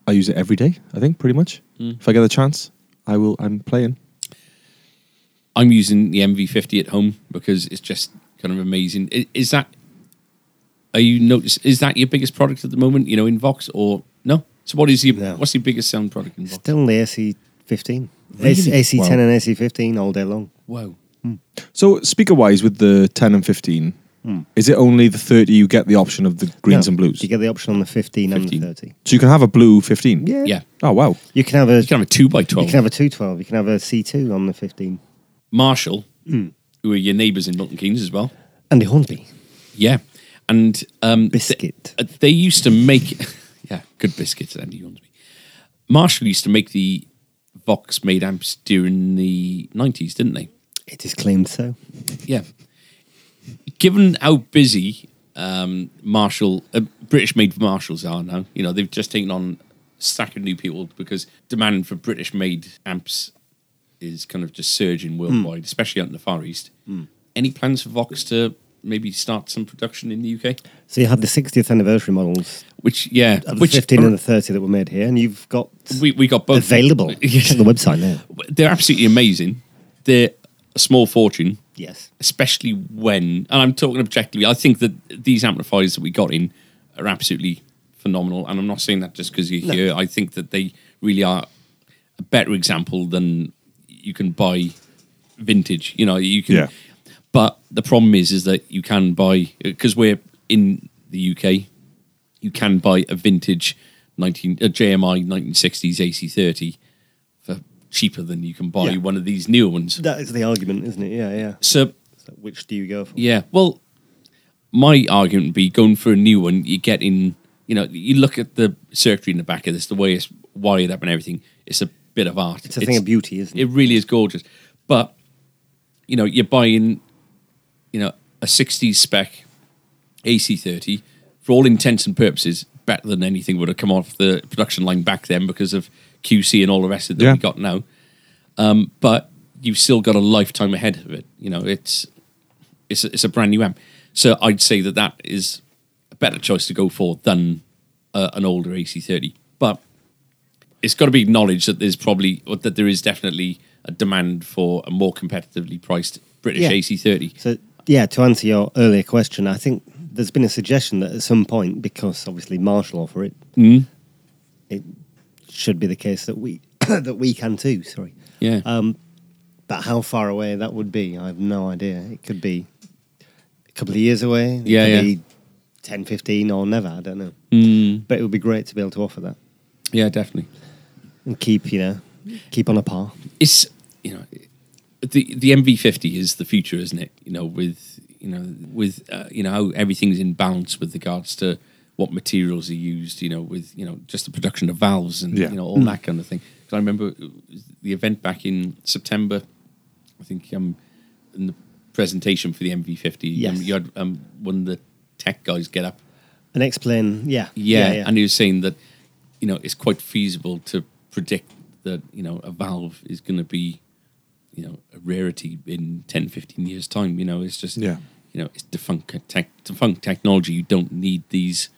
A: I use it every day. I think pretty much. If I get the chance, I will. I'm playing.
B: I'm using the MV50 at home because it's just kind of amazing. I- Is that are you notice? Is that your biggest product at the moment? You know, in Vox or no? So what is your
C: No.
B: what's your biggest sound product in Vox?
C: Still the AC fifteen. AC, AC ten and AC fifteen all day long.
B: Whoa.
A: So speaker wise, with the ten and fifteen, is it only the thirty you get the option of the greens
C: No,
A: and blues?
C: You get the option on the fifteen, and
B: 15.
C: the thirty.
A: so you can have a blue fifteen.
C: Yeah.
B: Yeah,
A: Oh wow.
C: You can have a
B: you can have a two by
C: you
B: twelve.
C: can have a two twelve. You can have a C two on the fifteen.
B: Marshall, who are your neighbours in Milton Keynes as well.
C: Andy Hornby
B: Yeah, and um,
C: biscuit.
B: Uh, they used to make yeah good biscuits andy Hornsby. marshall used to make the vox made amps during the 90s didn't they
C: it is claimed so.
B: yeah given how busy um, marshall uh, british made marshalls are now you know they've just taken on a stack of new people because demand for british made amps is kind of just
C: Hmm.
B: surging worldwide especially out in the far east any plans for vox to maybe start some production in the uk
C: So you had the sixtieth anniversary models
B: which yeah
C: of the
B: which
C: fifteen and the thirty that were made here, and you've got
B: we, we got both
C: available on the
B: Yes.
C: website now.
B: They're absolutely amazing. They're a small fortune,
C: Yes.
B: especially when, and I'm talking objectively, I think that these amplifiers that we got in are absolutely phenomenal. And I'm not saying that just because you're here. I think that they really are a better example than you can buy vintage. You know, you can.
A: Yeah.
B: But the problem is, is that you can buy because we're in the UK. You can buy a vintage nineteen a JMI nineteen sixties AC thirty for cheaper than you can buy
C: Yeah.
B: one of these newer ones.
C: That is the argument, isn't it? Yeah, yeah.
B: So
C: So which do you go for?
B: yeah. Well, my argument would be going for a new one. You get in, you know, you look at the circuitry in the back of this, the way it's wired up and everything. It's a bit of art.
C: It's a thing of beauty, isn't it?
B: It really is gorgeous. But you know, you're buying, you know, a 60s spec AC30 for all intents and purposes better than anything would have come off the production line back then because of QC and all the rest of it that
A: Yeah.
B: we got now. Um, but you've still got a lifetime ahead of it. You know, it's it's a, it's a brand new amp. So I'd say that that is a better choice to go for than uh, an older AC30. But it's got to be acknowledged that there's probably or that there is definitely a demand for a more competitively priced British
C: Yeah.
B: AC30.
C: So, yeah, to answer your earlier question, I think there's been a suggestion that at some point, because obviously Marshall offer it, it should be the case that we that we can too. Sorry,
B: Yeah.
C: but how far away that would be, I have no idea. It could be a couple of years away. It
B: Yeah,
C: could
B: yeah.
C: Be 10, 15 or never. I don't know. But it would be great to be able to offer that
B: Mm. yeah, definitely.
C: and keep you know keep on a par.
B: It's you know the the MV50 is the future, isn't it? You know, with you know with uh, you know how everything's in balance with regards to what materials are used. You know, with you know just the production of valves and
A: Yeah.
B: you know all that kind of thing. 'Cause I remember the event back in September. I think um in the presentation for the MV50,
C: Yes.
B: um, you had um, one of the tech guys get up
C: And explain, yeah,
B: yeah, and he was saying that you know it's quite feasible to predict that you know a valve is going to be you know a rarity in 10 15 years time you know it's just
A: Yeah.
B: you know it's defunct tech, defunct technology you don't need these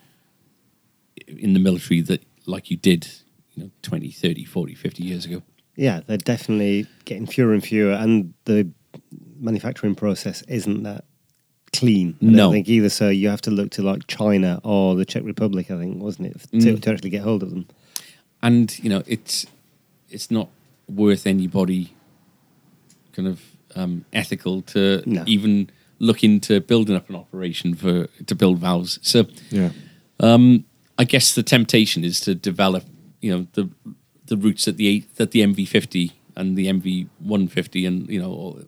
B: in the military that like you did you know 20 30 40 50 years ago
C: Yeah, they're definitely getting fewer and fewer, and the manufacturing process isn't that clean. I
B: No.
C: don't think either. So you have to look to like China or the Czech Republic,
B: Mm.
C: I think, wasn't it, to, to actually get hold of them?
B: and you know it's it's not worth anybody kind of um, ethical to
C: No.
B: even look into building up an operation for to build valves. So
A: Yeah.
B: I guess the temptation is to develop, you know, the the routes that the that the MV50 and the MV150 and you know, all,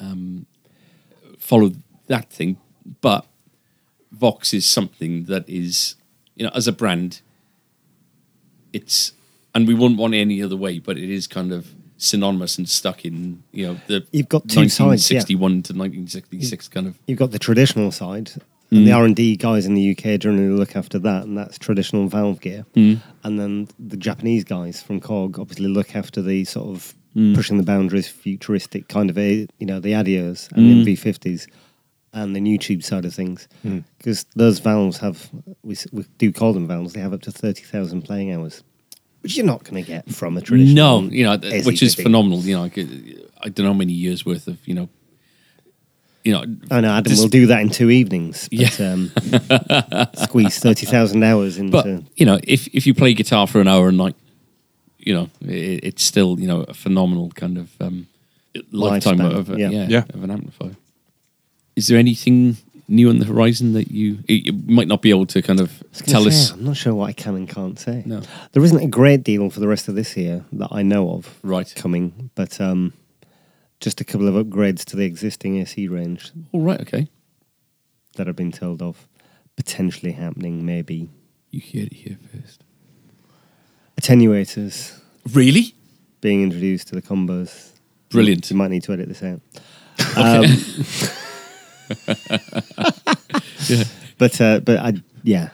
B: um, follow that thing. But Vox is something that is, you know, as a brand, it's and we wouldn't want it any other way. But it is kind of synonymous and stuck in, you know, the
C: You've got two sides, yeah.
B: 1961 to 1966 kind of
C: You've got the traditional side, and
B: Mm.
C: the R and D guys in the UK generally look after that, and that's traditional valve gear.
B: Mm.
C: And then the Japanese guys from Cog obviously look after the sort of
B: Mm.
C: pushing the boundaries, futuristic kind of eh, you know the Adios
B: Mm.
C: and the MV50s and the new tube side of things
B: Mm.
C: because those valves have we, s- we do call them valves. They have up to thirty thousand playing hours, which you're not going to get from a traditional.
B: No, you know, th- which is
C: SE50.
B: phenomenal. You know, I, could- I don't know how many years worth of you know, you know,
C: I know Adam
B: Just-
C: will do that in two evenings. But,
B: Yeah.
C: um, squeeze thirty thousand hours into.
B: but you know, if if you play guitar for an hour and like, you know, it, it's still you know a phenomenal kind of um, lifetime
C: Lifespan,
B: of a,
C: yeah.
B: yeah.
A: Yeah.
B: of an amplifier. Is there anything new on the horizon that you you you might not be able to kind of
C: I was gonna
B: tell
C: say,
B: us?
C: I'm not sure what I can and can't say.
B: No.
C: There isn't a great deal for the rest of this year that I know of
B: Right.
C: coming, but um, just a couple of upgrades to the existing SE range
B: All right, okay,
C: that I've been told of potentially happening, maybe.
B: you hear it here first.
C: Attenuators
B: Really
C: being introduced to the combos.
B: brilliant.
C: You might need to edit this out.
B: Yeah.
C: Um, But, uh, but I, yeah.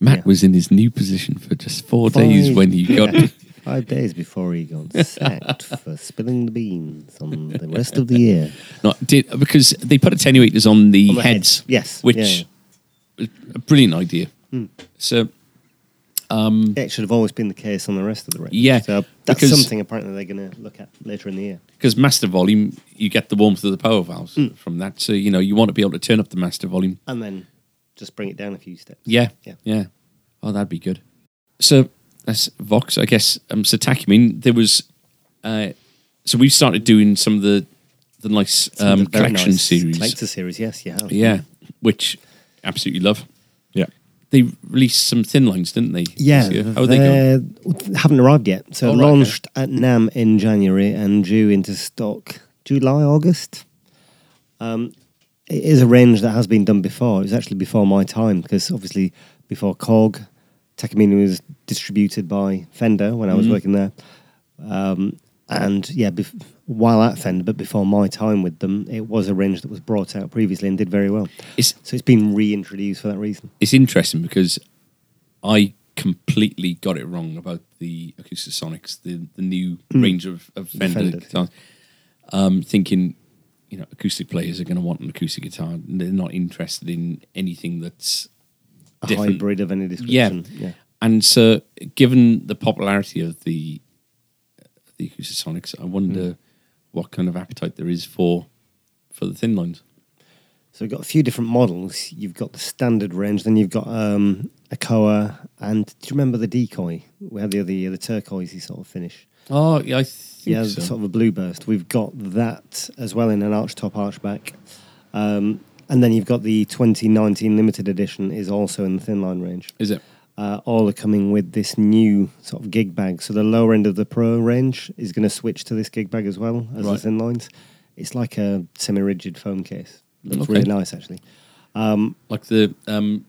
B: Matt
C: Yeah.
B: was in his new position for just four days
C: Five-
B: when he got.
C: yeah, Five days before he got sacked for spilling the beans on the rest of the year.
B: Not did because they put attenuators on the,
C: On the
B: heads,
C: heads, yes,
B: which
C: yeah, yeah. Hmm.
B: was a brilliant idea. So
C: It should have always been the case on the rest of the range.
B: Yeah,
C: so that's
B: because-
C: something apparently they're going to look at later in the year.
B: because master volume, you get the warmth of the power valves
C: Hmm.
B: from that. So you know you want to be able to turn up the master volume.
C: And then just bring it down a few steps.
B: Yeah,
C: Yeah.
B: yeah. Oh, that'd be good. So that's Vox, I guess. Um, so Tacumin, there was. Uh, so we've started doing some of the the nice
C: Some of
B: um,
C: the very
B: collection
C: nice
B: series.
C: Collector series, yes, yeah.
B: Yeah, which absolutely love.
A: Yeah.
B: They released some thin lines, didn't they? this
C: Yeah,
B: year? how are they going?
C: they're- Haven't arrived yet. So
B: Oh, right, okay.
C: launched at NAM in January and due into stock July, August. Um, it is a range that has been done before. It was actually before my time because obviously before Cog, Takamine was distributed by Fender when I
B: Mm-hmm.
C: was working there. Um, and yeah, bef- while at Fender, but before my time with them, it was a range that was brought out previously and did very well.
B: It's-
C: so it's been reintroduced for that reason.
B: it's interesting because I completely got it wrong about the acoustic sonics, the, the new range of, of Hmm. Fender
C: Fender,
B: guitars. Um, thinking, you know, acoustic players are going to want an acoustic guitar. and They're not interested in anything that's
C: A
B: Different.
C: hybrid of any
B: yeah.
C: description.
B: And so, given the popularity of the the acoustic sonics, I wonder what kind of appetite there is for for the thin lines.
C: So we've got a few different models. You've got the standard range, then you've got um, a Koa, and do you remember the decoy? We had the other year, the turquoisey sort of finish.
B: Oh, yeah, I think
C: yeah,
B: so.
C: sort of a blue burst. We've got that as well in an arch top, arch back. Um, and then you've got the 2019 limited edition is also in the thin line range.
B: Is it?
C: Uh, all are coming with this new sort of gig bag. So the lower end of the pro range is going to switch to this gig bag as well as the
B: Right.
C: thin lines. It's like a semi-rigid foam case. Looks
B: Okay.
C: really nice actually.
B: like the um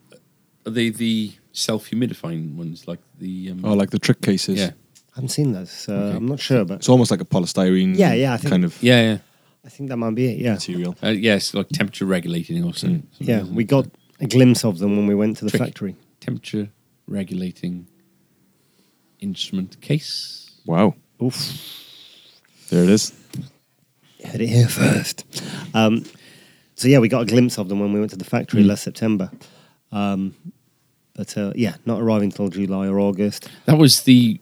B: are they the self humidifying ones like the um
A: Oh, like the trick cases.
B: yeah
C: I haven't seen those, so
B: Okay.
C: I'm not sure, but
A: It's almost like a polystyrene.
C: Yeah, yeah, I think-
A: kind of
B: yeah yeah
C: I think that might be it. Yeah,
A: material.
B: uh, yes like temperature regulating or something
C: Mm. yeah. We got a glimpse of them when we went to the
B: Tricky.
C: factory.
B: temperature regulating instrument case
A: Wow.
C: Oof,
A: There it is.
C: heard it here first. Um, so yeah, we got a glimpse of them when we went to the factory
B: Hmm.
C: last September. Um, but uh, yeah, not arriving till July or August.
B: that was the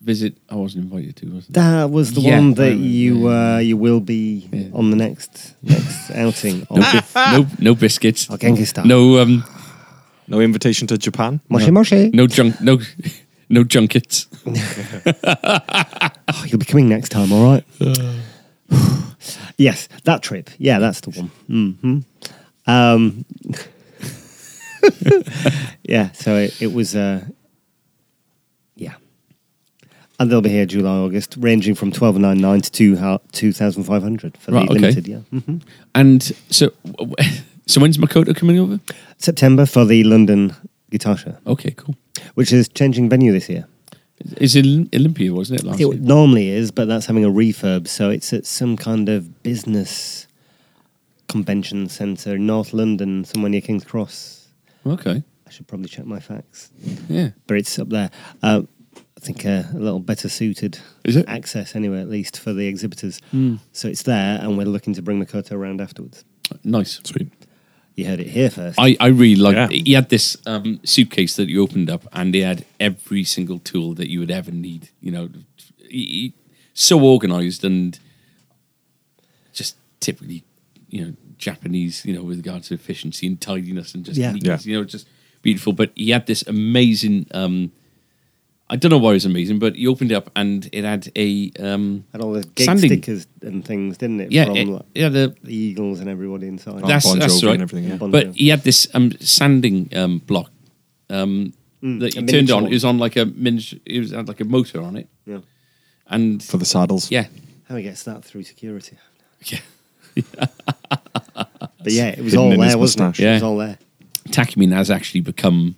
B: visit I wasn't invited to wasn't it
C: That was the
B: Yeah.
C: one that
B: Yeah.
C: you uh, you will be
B: Yeah.
C: on the next next outing.
B: no,
C: Of Ah!
B: bi- no no biscuits
C: Oh, Our Genghis style.
B: no um
A: No invitation to Japan.
C: Moshe Moshe.
B: no junk no no junkets.
C: Oh, you'll be coming next time, all right? yes, that trip. Yeah, that's the one. hmm Um, yeah, so it, it was, uh, yeah. And they'll be here July, August, ranging from 1299 to two hou- 2500 for
B: Right,
C: the
B: okay.
C: limited, yeah. Mhm.
B: And so, w- w- so when's Makoto coming over?
C: September for the London Guitar Show,
B: Okay, cool.
C: which is changing venue this year.
B: It's in Olympia, wasn't it last
C: It
B: year?
C: normally is, but that's having a refurb, so it's at some kind of business convention centre, in North London, somewhere near King's Cross.
B: Okay,
C: I should probably check my facts,
B: yeah.
C: but it's up there. Uh, I think uh, a little better suited
B: Is it?
C: access, anyway, at least for the exhibitors. So it's there, and we're looking to bring Makoto around afterwards.
B: Nice.
A: Sweet.
C: You heard it here first.
B: I, I really liked
A: Yeah.
B: He had this um, suitcase that you opened up, and he had every single tool that you would ever need. You know, he, he- so organized and just typically, you know, Japanese, you know, with regards to efficiency and tidiness and just,
C: Yeah.
B: neatness,
A: Yeah.
B: you know, just beautiful. But he had this amazing, um, I don't know why it was amazing, but he opened it up and it had a, um,
C: had all the gig
B: Sanding.
C: stickers and things, didn't it?
B: yeah,
C: from
B: it,
C: like,
B: it had a,
C: the Eagles and everybody inside.
B: That's-
A: Bon Jovi
B: right.
A: and everything. Yeah.
C: Bon
B: but
C: Jovi.
B: he had this um, sanding um, block um, that
C: Mm, a
B: he turned
C: miniature
B: on.
C: one.
B: It was on like a miniature. It was had like a motor on it,
C: Yeah.
B: and
A: For the saddles.
B: yeah,
C: How he gets that through security.
B: yeah,
C: But yeah, it was
A: Hidden
C: all
A: in his
C: there, wasn't
A: moustache.
C: it? It was
B: Yeah.
C: all there.
B: Takumin has actually become,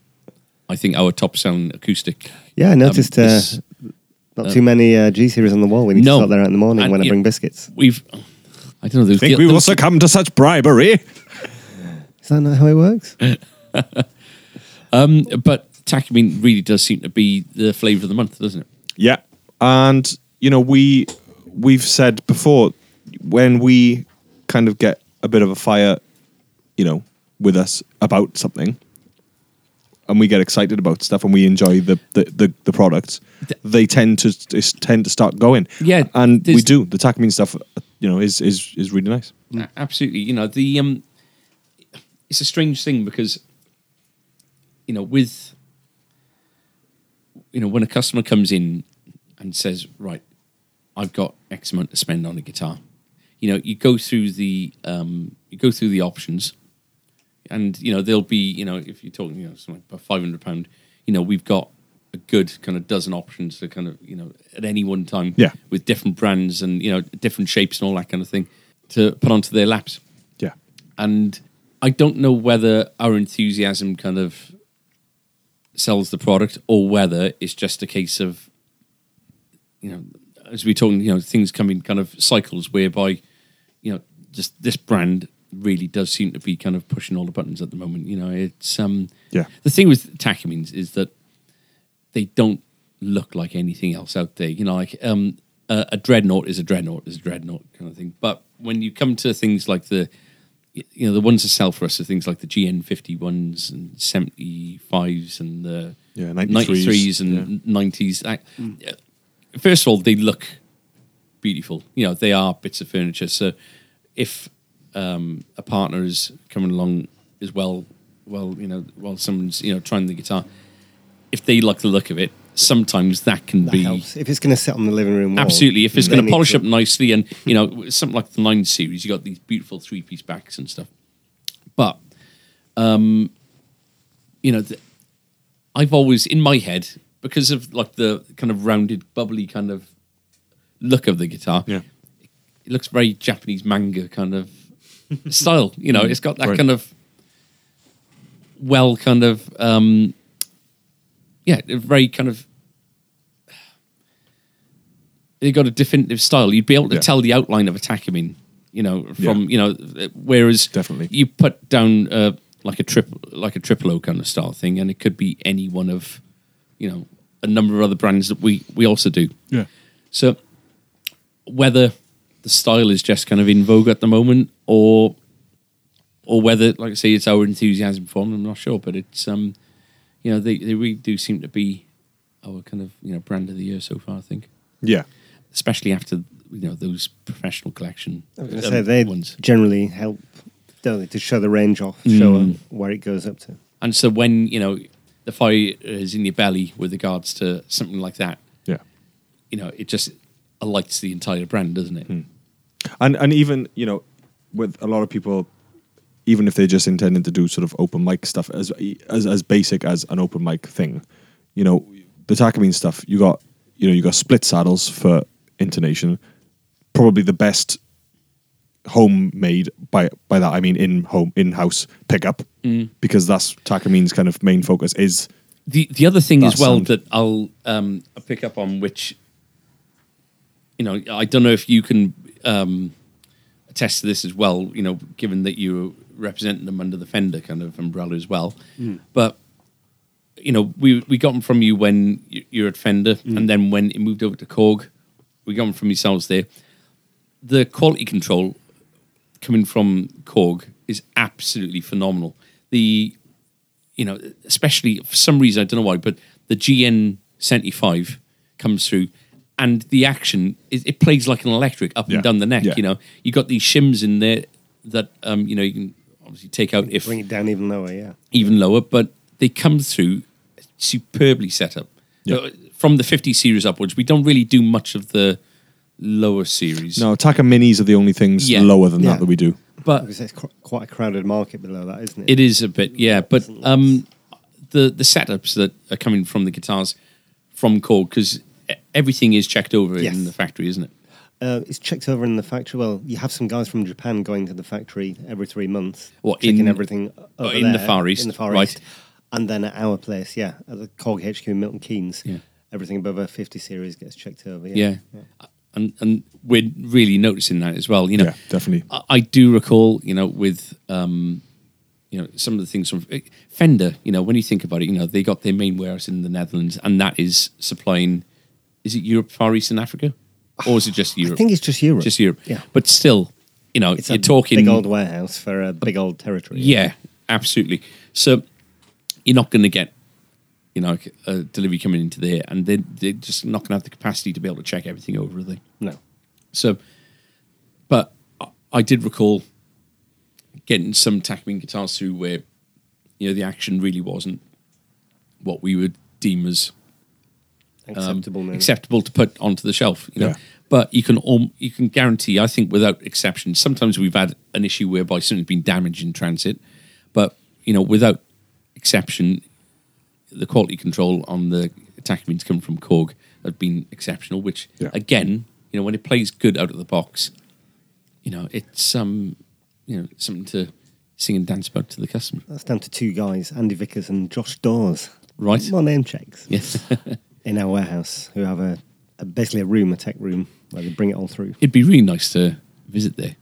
B: I think, our top sound acoustic.
C: Yeah, I noticed
B: Um,
C: uh,
B: this-
C: not too many uh, G series on the wall. We need
B: No.
C: to start there out in the morning
B: And
C: when I
B: you-
C: bring biscuits.
B: We've, I don't know. Those
A: Think we will succumb to such bribery.
C: Is that not how it works?
B: but Takumin really does seem to be the flavour of the month, doesn't it?
A: Yeah, and you know we we've said before when we kind of get a bit of a fire, you know, with us about something, and we get excited about stuff and we enjoy the the, the, the products, they tend to s- tend to start going.
B: Yeah,
A: and we
B: there's-
A: do the Takamine stuff. You know, is is is really nice.
C: Mm.
B: A- Absolutely. You know, the um it's a strange thing because you know, with you know, when a customer comes in and says, Right, I've got X amount to spend on a guitar, you know, you go through the um you go through the options and you know, there'll be, you know, if you're talking, you know, something about five hundred pound, you know, we've got a good kind of dozen options to kind of, you know, at any one time
A: Yeah.
B: with different brands and you know different shapes and all that kind of thing to put onto their laps.
A: Yeah,
B: And I don't know whether our enthusiasm kind of sells the product or whether it's just a case of you know as we're talking you know things come in kind of cycles whereby you know just this brand really does seem to be kind of pushing all the buttons at the moment you know it's um
A: Yeah.
B: the thing with tachamines is that they don't look like anything else out there. You know, like um, a, a dreadnought is a dreadnought is a dreadnought kind of thing. But when you come to things like the, you know, the ones that sell for us are things like the GN fifty ones and seventy fives and the
A: Yeah, 93s,
B: ninety threes and nineties. First of all, they look beautiful. You know, they are bits of furniture. So if um, a partner is coming along as well, well, you know, while someone's you know trying the guitar, if they like the look of it, sometimes that can
C: That
B: be
C: helps. If it's going to sit on the living room wall.
B: absolutely. If it's
C: they
B: going to
C: need
B: polish up nicely, and you know, something like the nine series, you got these beautiful three piece backs and stuff. But, um, you know, th- I've always in my head because of like the kind of rounded, bubbly kind of look of the guitar.
A: Yeah.
B: it looks very Japanese manga kind of style. You know, it's got that
A: Mm-hmm. Right.
B: kind of well, kind of um, yeah, very kind of they got a definitive style. You'd be able to
A: Yeah.
B: tell the outline of a Takumin, you know, from
A: Yeah.
B: you know. Whereas
A: Definitely.
B: you put down uh, like a triple, like a triple O kind of style thing, and it could be any one of, you know, a number of other brands that we we also do.
A: yeah,
B: So whether the style is just kind of in vogue at the moment, or or whether, like I say, it's our enthusiasm for them, I'm not sure. But it's um, you know, they they really do seem to be our kind of you know brand of the year so far. I think
A: yeah.
B: especially after you know those professional collection
C: I was going to
B: um,
C: say, they
B: ones.
C: generally
B: Hmm.
C: help, don't they, to show the range off, show 'em where it goes up to.
B: And so when you know the fire is in your belly with regards to something like that.
A: Yeah.
B: You know, it just alights the entire brand, doesn't it?
A: and and even you know with a lot of people even if they're just intending to do sort of open mic stuff as as, as basic as an open mic thing you know the takamine stuff you got you know you got split saddles for intonation probably the best homemade by by that i mean in home in house pickup because that's takamine's kind of main focus is
B: the the other thing
A: That
B: as well
A: sound.
B: that I'll um, pick up on, which you know, I don't know if you can um, attest to this as well. You know, given that you represent them under the Fender kind of umbrella as well, but you know, we we got them from you when you, you were at Fender, and then when it moved over to Korg, we got them from yourselves there. The quality control coming from Korg is absolutely phenomenal. The you know, especially for some reason I don't know why, but the GN seventy five comes through, and the action it, it plays like an electric up
A: Yeah.
B: and down the neck.
A: Yeah.
B: You know, you got these shims in there that um, you know you can obviously take out if
C: Bring it down even lower, yeah.
B: even lower, but they come through superbly set up. Uh, From the 50 series upwards, we don't really do much of the lower series.
A: no takaminis are the only things
B: Yeah.
A: lower than
C: Yeah.
A: that that we do
B: but
C: Because it's qu- quite a crowded market below that, isn't it?
B: It is a bit, yeah. But um, the the setups that are coming from the guitars from Korg because everything is checked over
C: Yes.
B: in the factory, isn't it?
C: Uh, it's checked over in the factory. Well, you have some guys from Japan going to the factory every three months,
B: What,
C: checking
B: in- Oh,
C: everything over
B: in the
C: there,
B: Far East,
C: in the Far
B: right.
C: East, and then at our place, yeah, at the Cog HQ in Milton Keynes,
B: Yeah.
C: everything above a fifty series gets checked over. Yeah,
B: Yeah. And and we're really noticing that as well. You know,
A: Yeah, definitely.
B: I, I do recall, you know, with um, you know, some of the things from eh, Fender. You know, when you think about it, you know, they got their main warehouse in the Netherlands, and that is supplying. Is it Europe, Far East, and Africa, or is it just Europe?
C: I think it's just Europe.
B: just Europe.
C: Yeah,
B: But still, you know,
C: it's
B: you're
C: a
B: talking
C: big old warehouse for a big old territory.
B: Yeah, absolutely. So you're not going to get, you know, a delivery coming into there, and they they're just not going to have the capacity to be able to check everything over, are they?
C: no,
B: So, but I- I did recall getting some Tackman guitars through where, you know, the action really wasn't what we would deem as
C: acceptable.
B: Um,
C: no.
B: acceptable to put onto the shelf. You know,
A: Yeah.
B: but you can all, you can guarantee. I think without exception. Sometimes we've had an issue whereby something's been damaged in transit, but you know, without exception, the quality control on the attack means coming from Korg have been exceptional. Which
A: Yeah.
B: again, you know, when it plays good out of the box, you know, it's um, you know, something to sing and dance about to the customer.
C: That's down to two guys, Andy Vickers and Josh Dawes.
B: Right.
C: More name checks
B: Yes.
C: in our warehouse, who have a, a basically a room, a tech room, where they bring it all through.
B: it'd be really nice to visit there,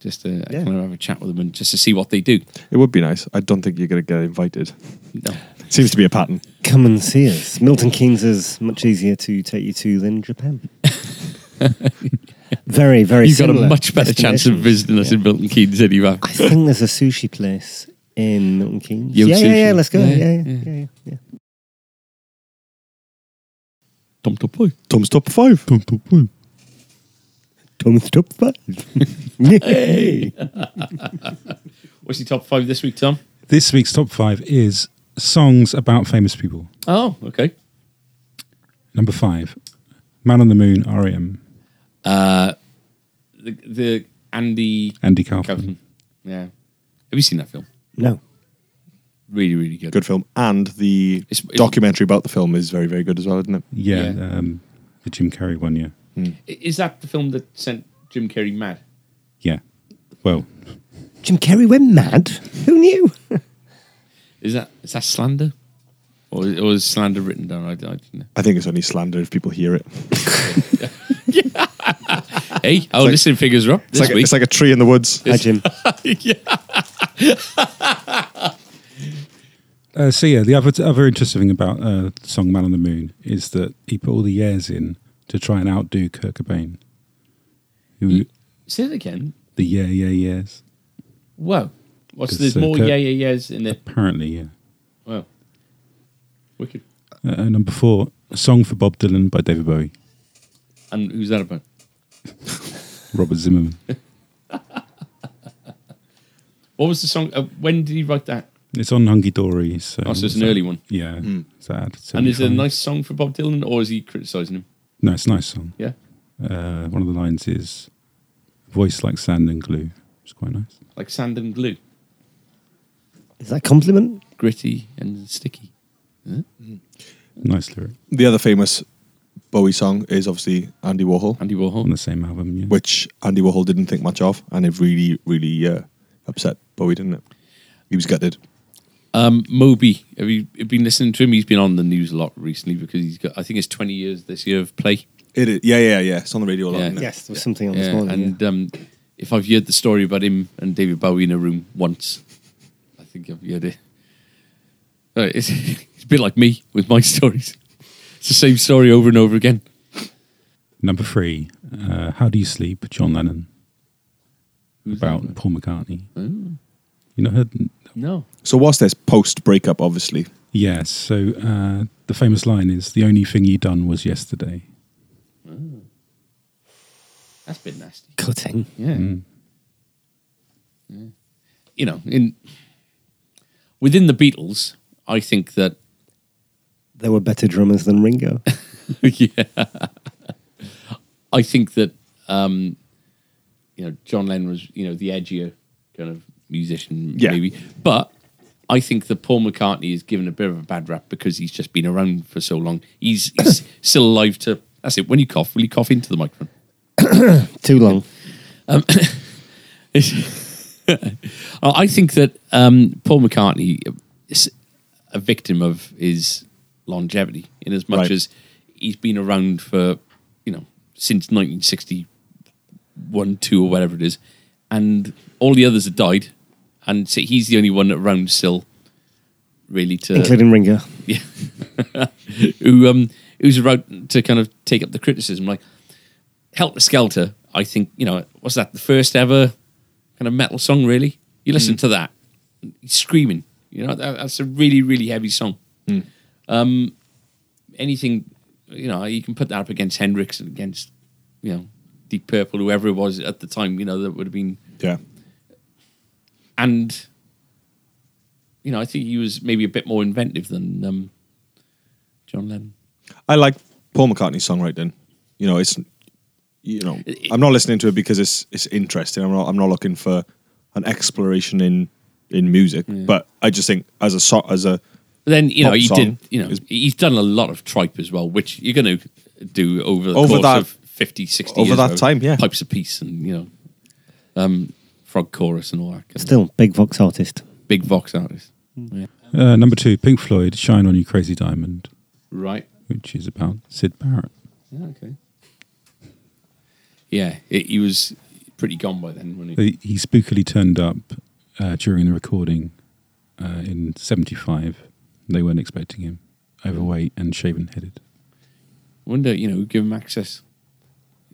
B: just to
C: Yeah.
B: kind of have a chat with them and just to see what they do.
A: it would be nice i don't think you're going to get invited
B: No.
A: seems to be a pattern
C: Come and see us. Milton Keynes is much easier to take you to than Japan. very, very.
B: You've got a
C: similar
B: much better chance of
C: destinations.
B: visiting us in Milton Keynes than you have.
C: I think there's a sushi place in Milton Keynes.
B: Yo
C: yeah, yeah, yeah.
B: Sushi.
C: Let's go.
B: Yeah,
C: Yeah, yeah, yeah.
B: yeah.
C: yeah, yeah.
B: Tom Top Boy.
A: tom's top five
C: Thomas top five. Yay.
B: What's your top five this week, Tom?
D: This week's top five is songs about famous people.
B: Oh, okay.
D: Number five, Man on the Moon, REM,
B: The, the Andy
D: Andy Kaufman.
B: Kaufman. Yeah. Have you seen that film?
C: No.
B: Really, really good.
A: good film, and the
B: It's- it's-
A: documentary about the film is very, very good as well, isn't it?
D: Yeah,
B: Yeah.
D: Um, the Jim Carrey one. Yeah,
B: I- Is that the film that sent Jim Carrey mad?
D: yeah. Well,
C: Jim Carrey went mad. Who knew?
B: Is that is that slander? Or, or is slander written down? I, I don't know.
A: I think it's only slander if people hear it. It's
B: Hey, our listening figures are up this
A: like, a,
B: week.
A: it's like a tree in the woods.
C: Hi, Jim.
D: uh, so yeah, the other other interesting thing about uh, the song "Man on the Moon" is that he put all the years in to try and outdo Kurt Cobain. Who
B: Say it again.
D: the yeah yeah yeahs?
B: Wow. What's
D: Because,
B: there's
D: uh,
B: more
D: Kurt-
B: yeah yeah yeahs in there.
D: Apparently, yeah.
B: Wow. Wicked.
D: Uh, uh, number four, a song for Bob Dylan by David Bowie,
B: And who's that about?
D: Robert Zimmerman.
B: What was the song? Uh, when did he write that?
D: It's on Hunky Dory. So
B: Oh, so it's an early one.
D: Yeah. It's ad,
B: And is it a
D: 75.
B: nice song for Bob Dylan, or is he criticising him?
D: No, it's a nice song.
B: Yeah.
D: Uh, one of the lines is "Voice like sand and glue," which is quite nice.
B: Like sand and glue,
C: Is that a compliment?
B: gritty and sticky.
D: Nice lyric
A: The other famous Bowie song is obviously Andy Warhol,
B: Andy
D: on
C: Mm.
B: Warhol.
D: the same album. Yeah.
A: which Andy Warhol didn't think much of, and it really, really uh, upset Bowie, didn't it? He was gutted.
B: Um, Moby, have you been listening to him? He's been on the news a lot recently because he's got, I think it's 20 years this year of play.
A: It is, yeah, yeah, yeah. It's on the radio a lot.
B: Yeah.
A: isn't it?
C: Yes, there was something on
B: Yeah,
C: this morning.
B: and um, if I've heard the story about him and David Bowie in a room once, I think I've heard it. Uh, it's, it's a bit like me with my stories. It's the same story over and over again.
D: Number three, uh, "How Do You Sleep?" John Lennon
B: Who's
D: about
B: that? Oh.
D: Paul McCartney. You know, heard?
B: No.
A: So whilst there's post breakup, obviously,
D: Yes. So uh, the famous line is, "The only thing you done was yesterday."
B: That's a bit nasty.
C: Cutting.
B: Yeah. Yeah. You know, in within the Beatles, I think that
C: There were better drummers than Ringo.
B: yeah. I think that um, you know John Lennon was you know the edgier kind of musician
A: Yeah.
B: maybe, but I think that Paul McCartney is given a bit of a bad rap because he's just been around for so long. He's, he's still alive to. That's it. When you cough, will you cough into the microphone?
C: Too long.
B: It's- I think that um, Paul McCartney is a victim of his longevity, in as much
A: Right.
B: as he's been around for, you know, since 1961, two, or whatever it is, and all the others have died, and so he's the only one around still, really, to
C: Including Ringo.
B: who um who's about to kind of take up the criticism. Like Helter Skelter, I think you know what's that? The first ever kind of metal song, really. You listen to that, it's screaming. You know that, that's a really really heavy song. Um, anything you know, you can put that up against Hendrix and against you know Deep Purple, whoever it was at the time. You know that would have been
A: yeah,
B: and you know I think he was maybe a bit more inventive than um, John Lennon.
A: I like Paul McCartney's songwriting. You know, it's you know, I'm not listening to it because it's it's interesting. I'm not I'm not looking for an exploration in in music, but I just think as a so, as a
B: But then you know
A: pop
B: he
A: song
B: did you know
A: is-
B: he's done a lot of tripe as well, which you're going to do over the
A: Over
B: course
A: that-
B: of 50, 60
A: over
B: years,
A: that
B: whatever.
A: time, yeah.
B: pipes a piece and you know um, frog chorus and all that. Kind
C: Still, big Vox artist.
B: of big vox artist, Yeah.
D: Uh, number two, Pink Floyd, "Shine on You Crazy Diamond,"
B: right?
D: which is about Sid Barrett.
B: Yeah, okay. Yeah, it, he was pretty gone by then. When he,
D: He, he spookily turned up uh, during the recording uh, in '75. They weren't expecting him, overweight and shaven-headed.
B: wonder you know who gave him access.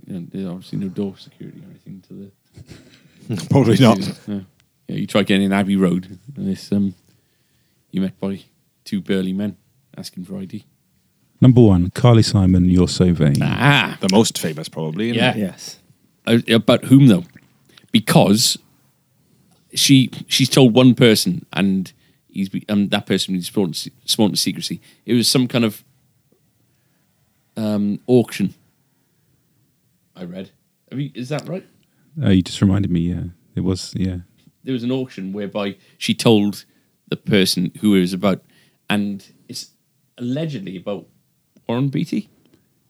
B: You know, there's obviously no door security or anything to the
A: probably not.
B: Yeah. Yeah, you try getting in Abbey Road, and this um, you met by two burly men asking for ID.
D: Number one, Carly Simon, "You're So Vain."
B: Ah,
A: The most famous, probably. isn't
B: Yeah.
A: it?
C: Yes.
B: Uh, about whom though? Because she she's told one person, and he's be- um, that person is sworn to, se- sworn to secrecy. It was some kind of um, auction. I read. Have you, is that right?
D: Oh, you just reminded me. Yeah, it was. Yeah,
B: there was an auction whereby she told the person who it was about, and it's allegedly about Warren Beatty.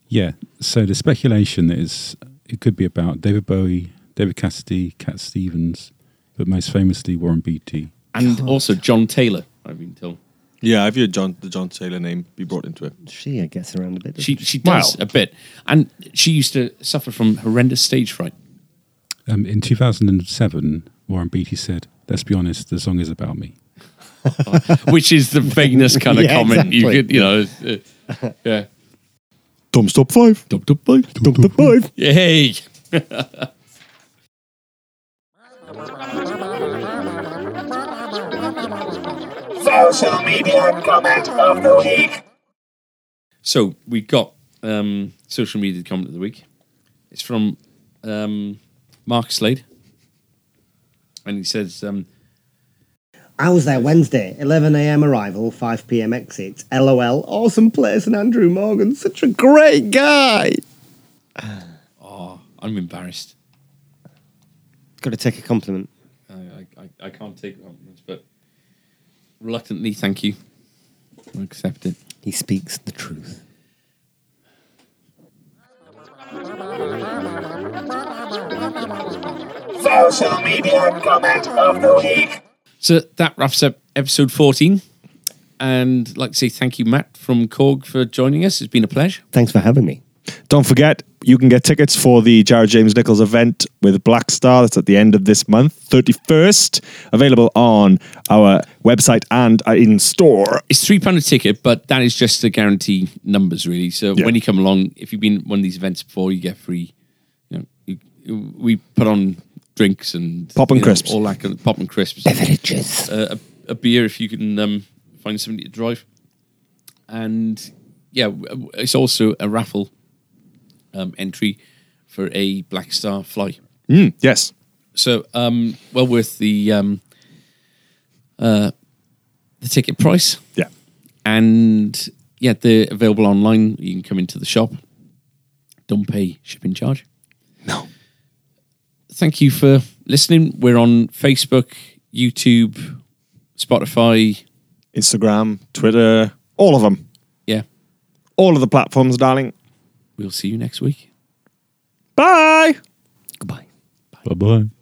D: yeah. So the speculation is it could be about David Bowie, David Cassidy, Cat Stevens, but most famously Warren Beatty.
B: And also John Taylor, I've been told.
A: yeah. I've heard John the John Taylor name be brought into it.
C: She gets around a bit. doesn't
B: She she does a bit, and she used to suffer from horrendous stage fright.
D: Um, in 2007, Warren Beatty said, "Let's be honest, the song is about me."
B: Which is the vagueness kind of
C: Yeah,
B: comment you
C: exactly.
B: could, you know. uh, yeah.
A: Tom Stop Five.
B: Dub, dub, bye.
A: Tom Stop Five.
B: Yay!
E: Social media comment of the week.
B: So we got um, social media comment of the week. It's from um, Mark Slade, and he says, um,
C: I was there Wednesday, 11 a.m. arrival, 5 p.m. exit. LOL, awesome place, and Andrew Morgan, such a great guy.
B: Oh, I'm embarrassed.
C: Got to take a compliment.
B: I, I, I- I can't take compliments, but reluctantly, thank you. I accept it.
C: He speaks the truth.
E: Social media comment of the week.
B: So that wraps up episode 14. And I'd like to say thank you, Matt from Korg, for joining us. It's been a pleasure.
C: Thanks for having me.
A: Don't forget, you can get tickets for the Jared James Nichols event with Black Star. That's at the end of this month, 31st. Available on our website and in store.
B: It's three pound a ticket, but that is just to guarantee numbers, really. So
A: Yeah.
B: when you come along, if you've been at one of these events before, you get free. You know, you, we put on drinks and
A: Pop and
B: you know,
A: crisps.
B: all that kind of- pop and crisps,
C: Beverages.
B: uh, a, a beer if you can um, find somebody to drive. And yeah, w- w- it's also a raffle um, entry for a Black Star fly.
A: Mm, yes.
B: So, um, well worth the um, uh, the ticket price,
A: Yeah.
B: and yeah, they're available online. You can come into the shop. Don't pay shipping charge.
A: No.
B: Thank you for listening. We're on Facebook, YouTube, Spotify.
A: Instagram, Twitter, all of them.
B: Yeah,
A: All of the platforms, darling.
B: we'll see you next week.
A: Bye.
C: Goodbye.
D: Bye bye.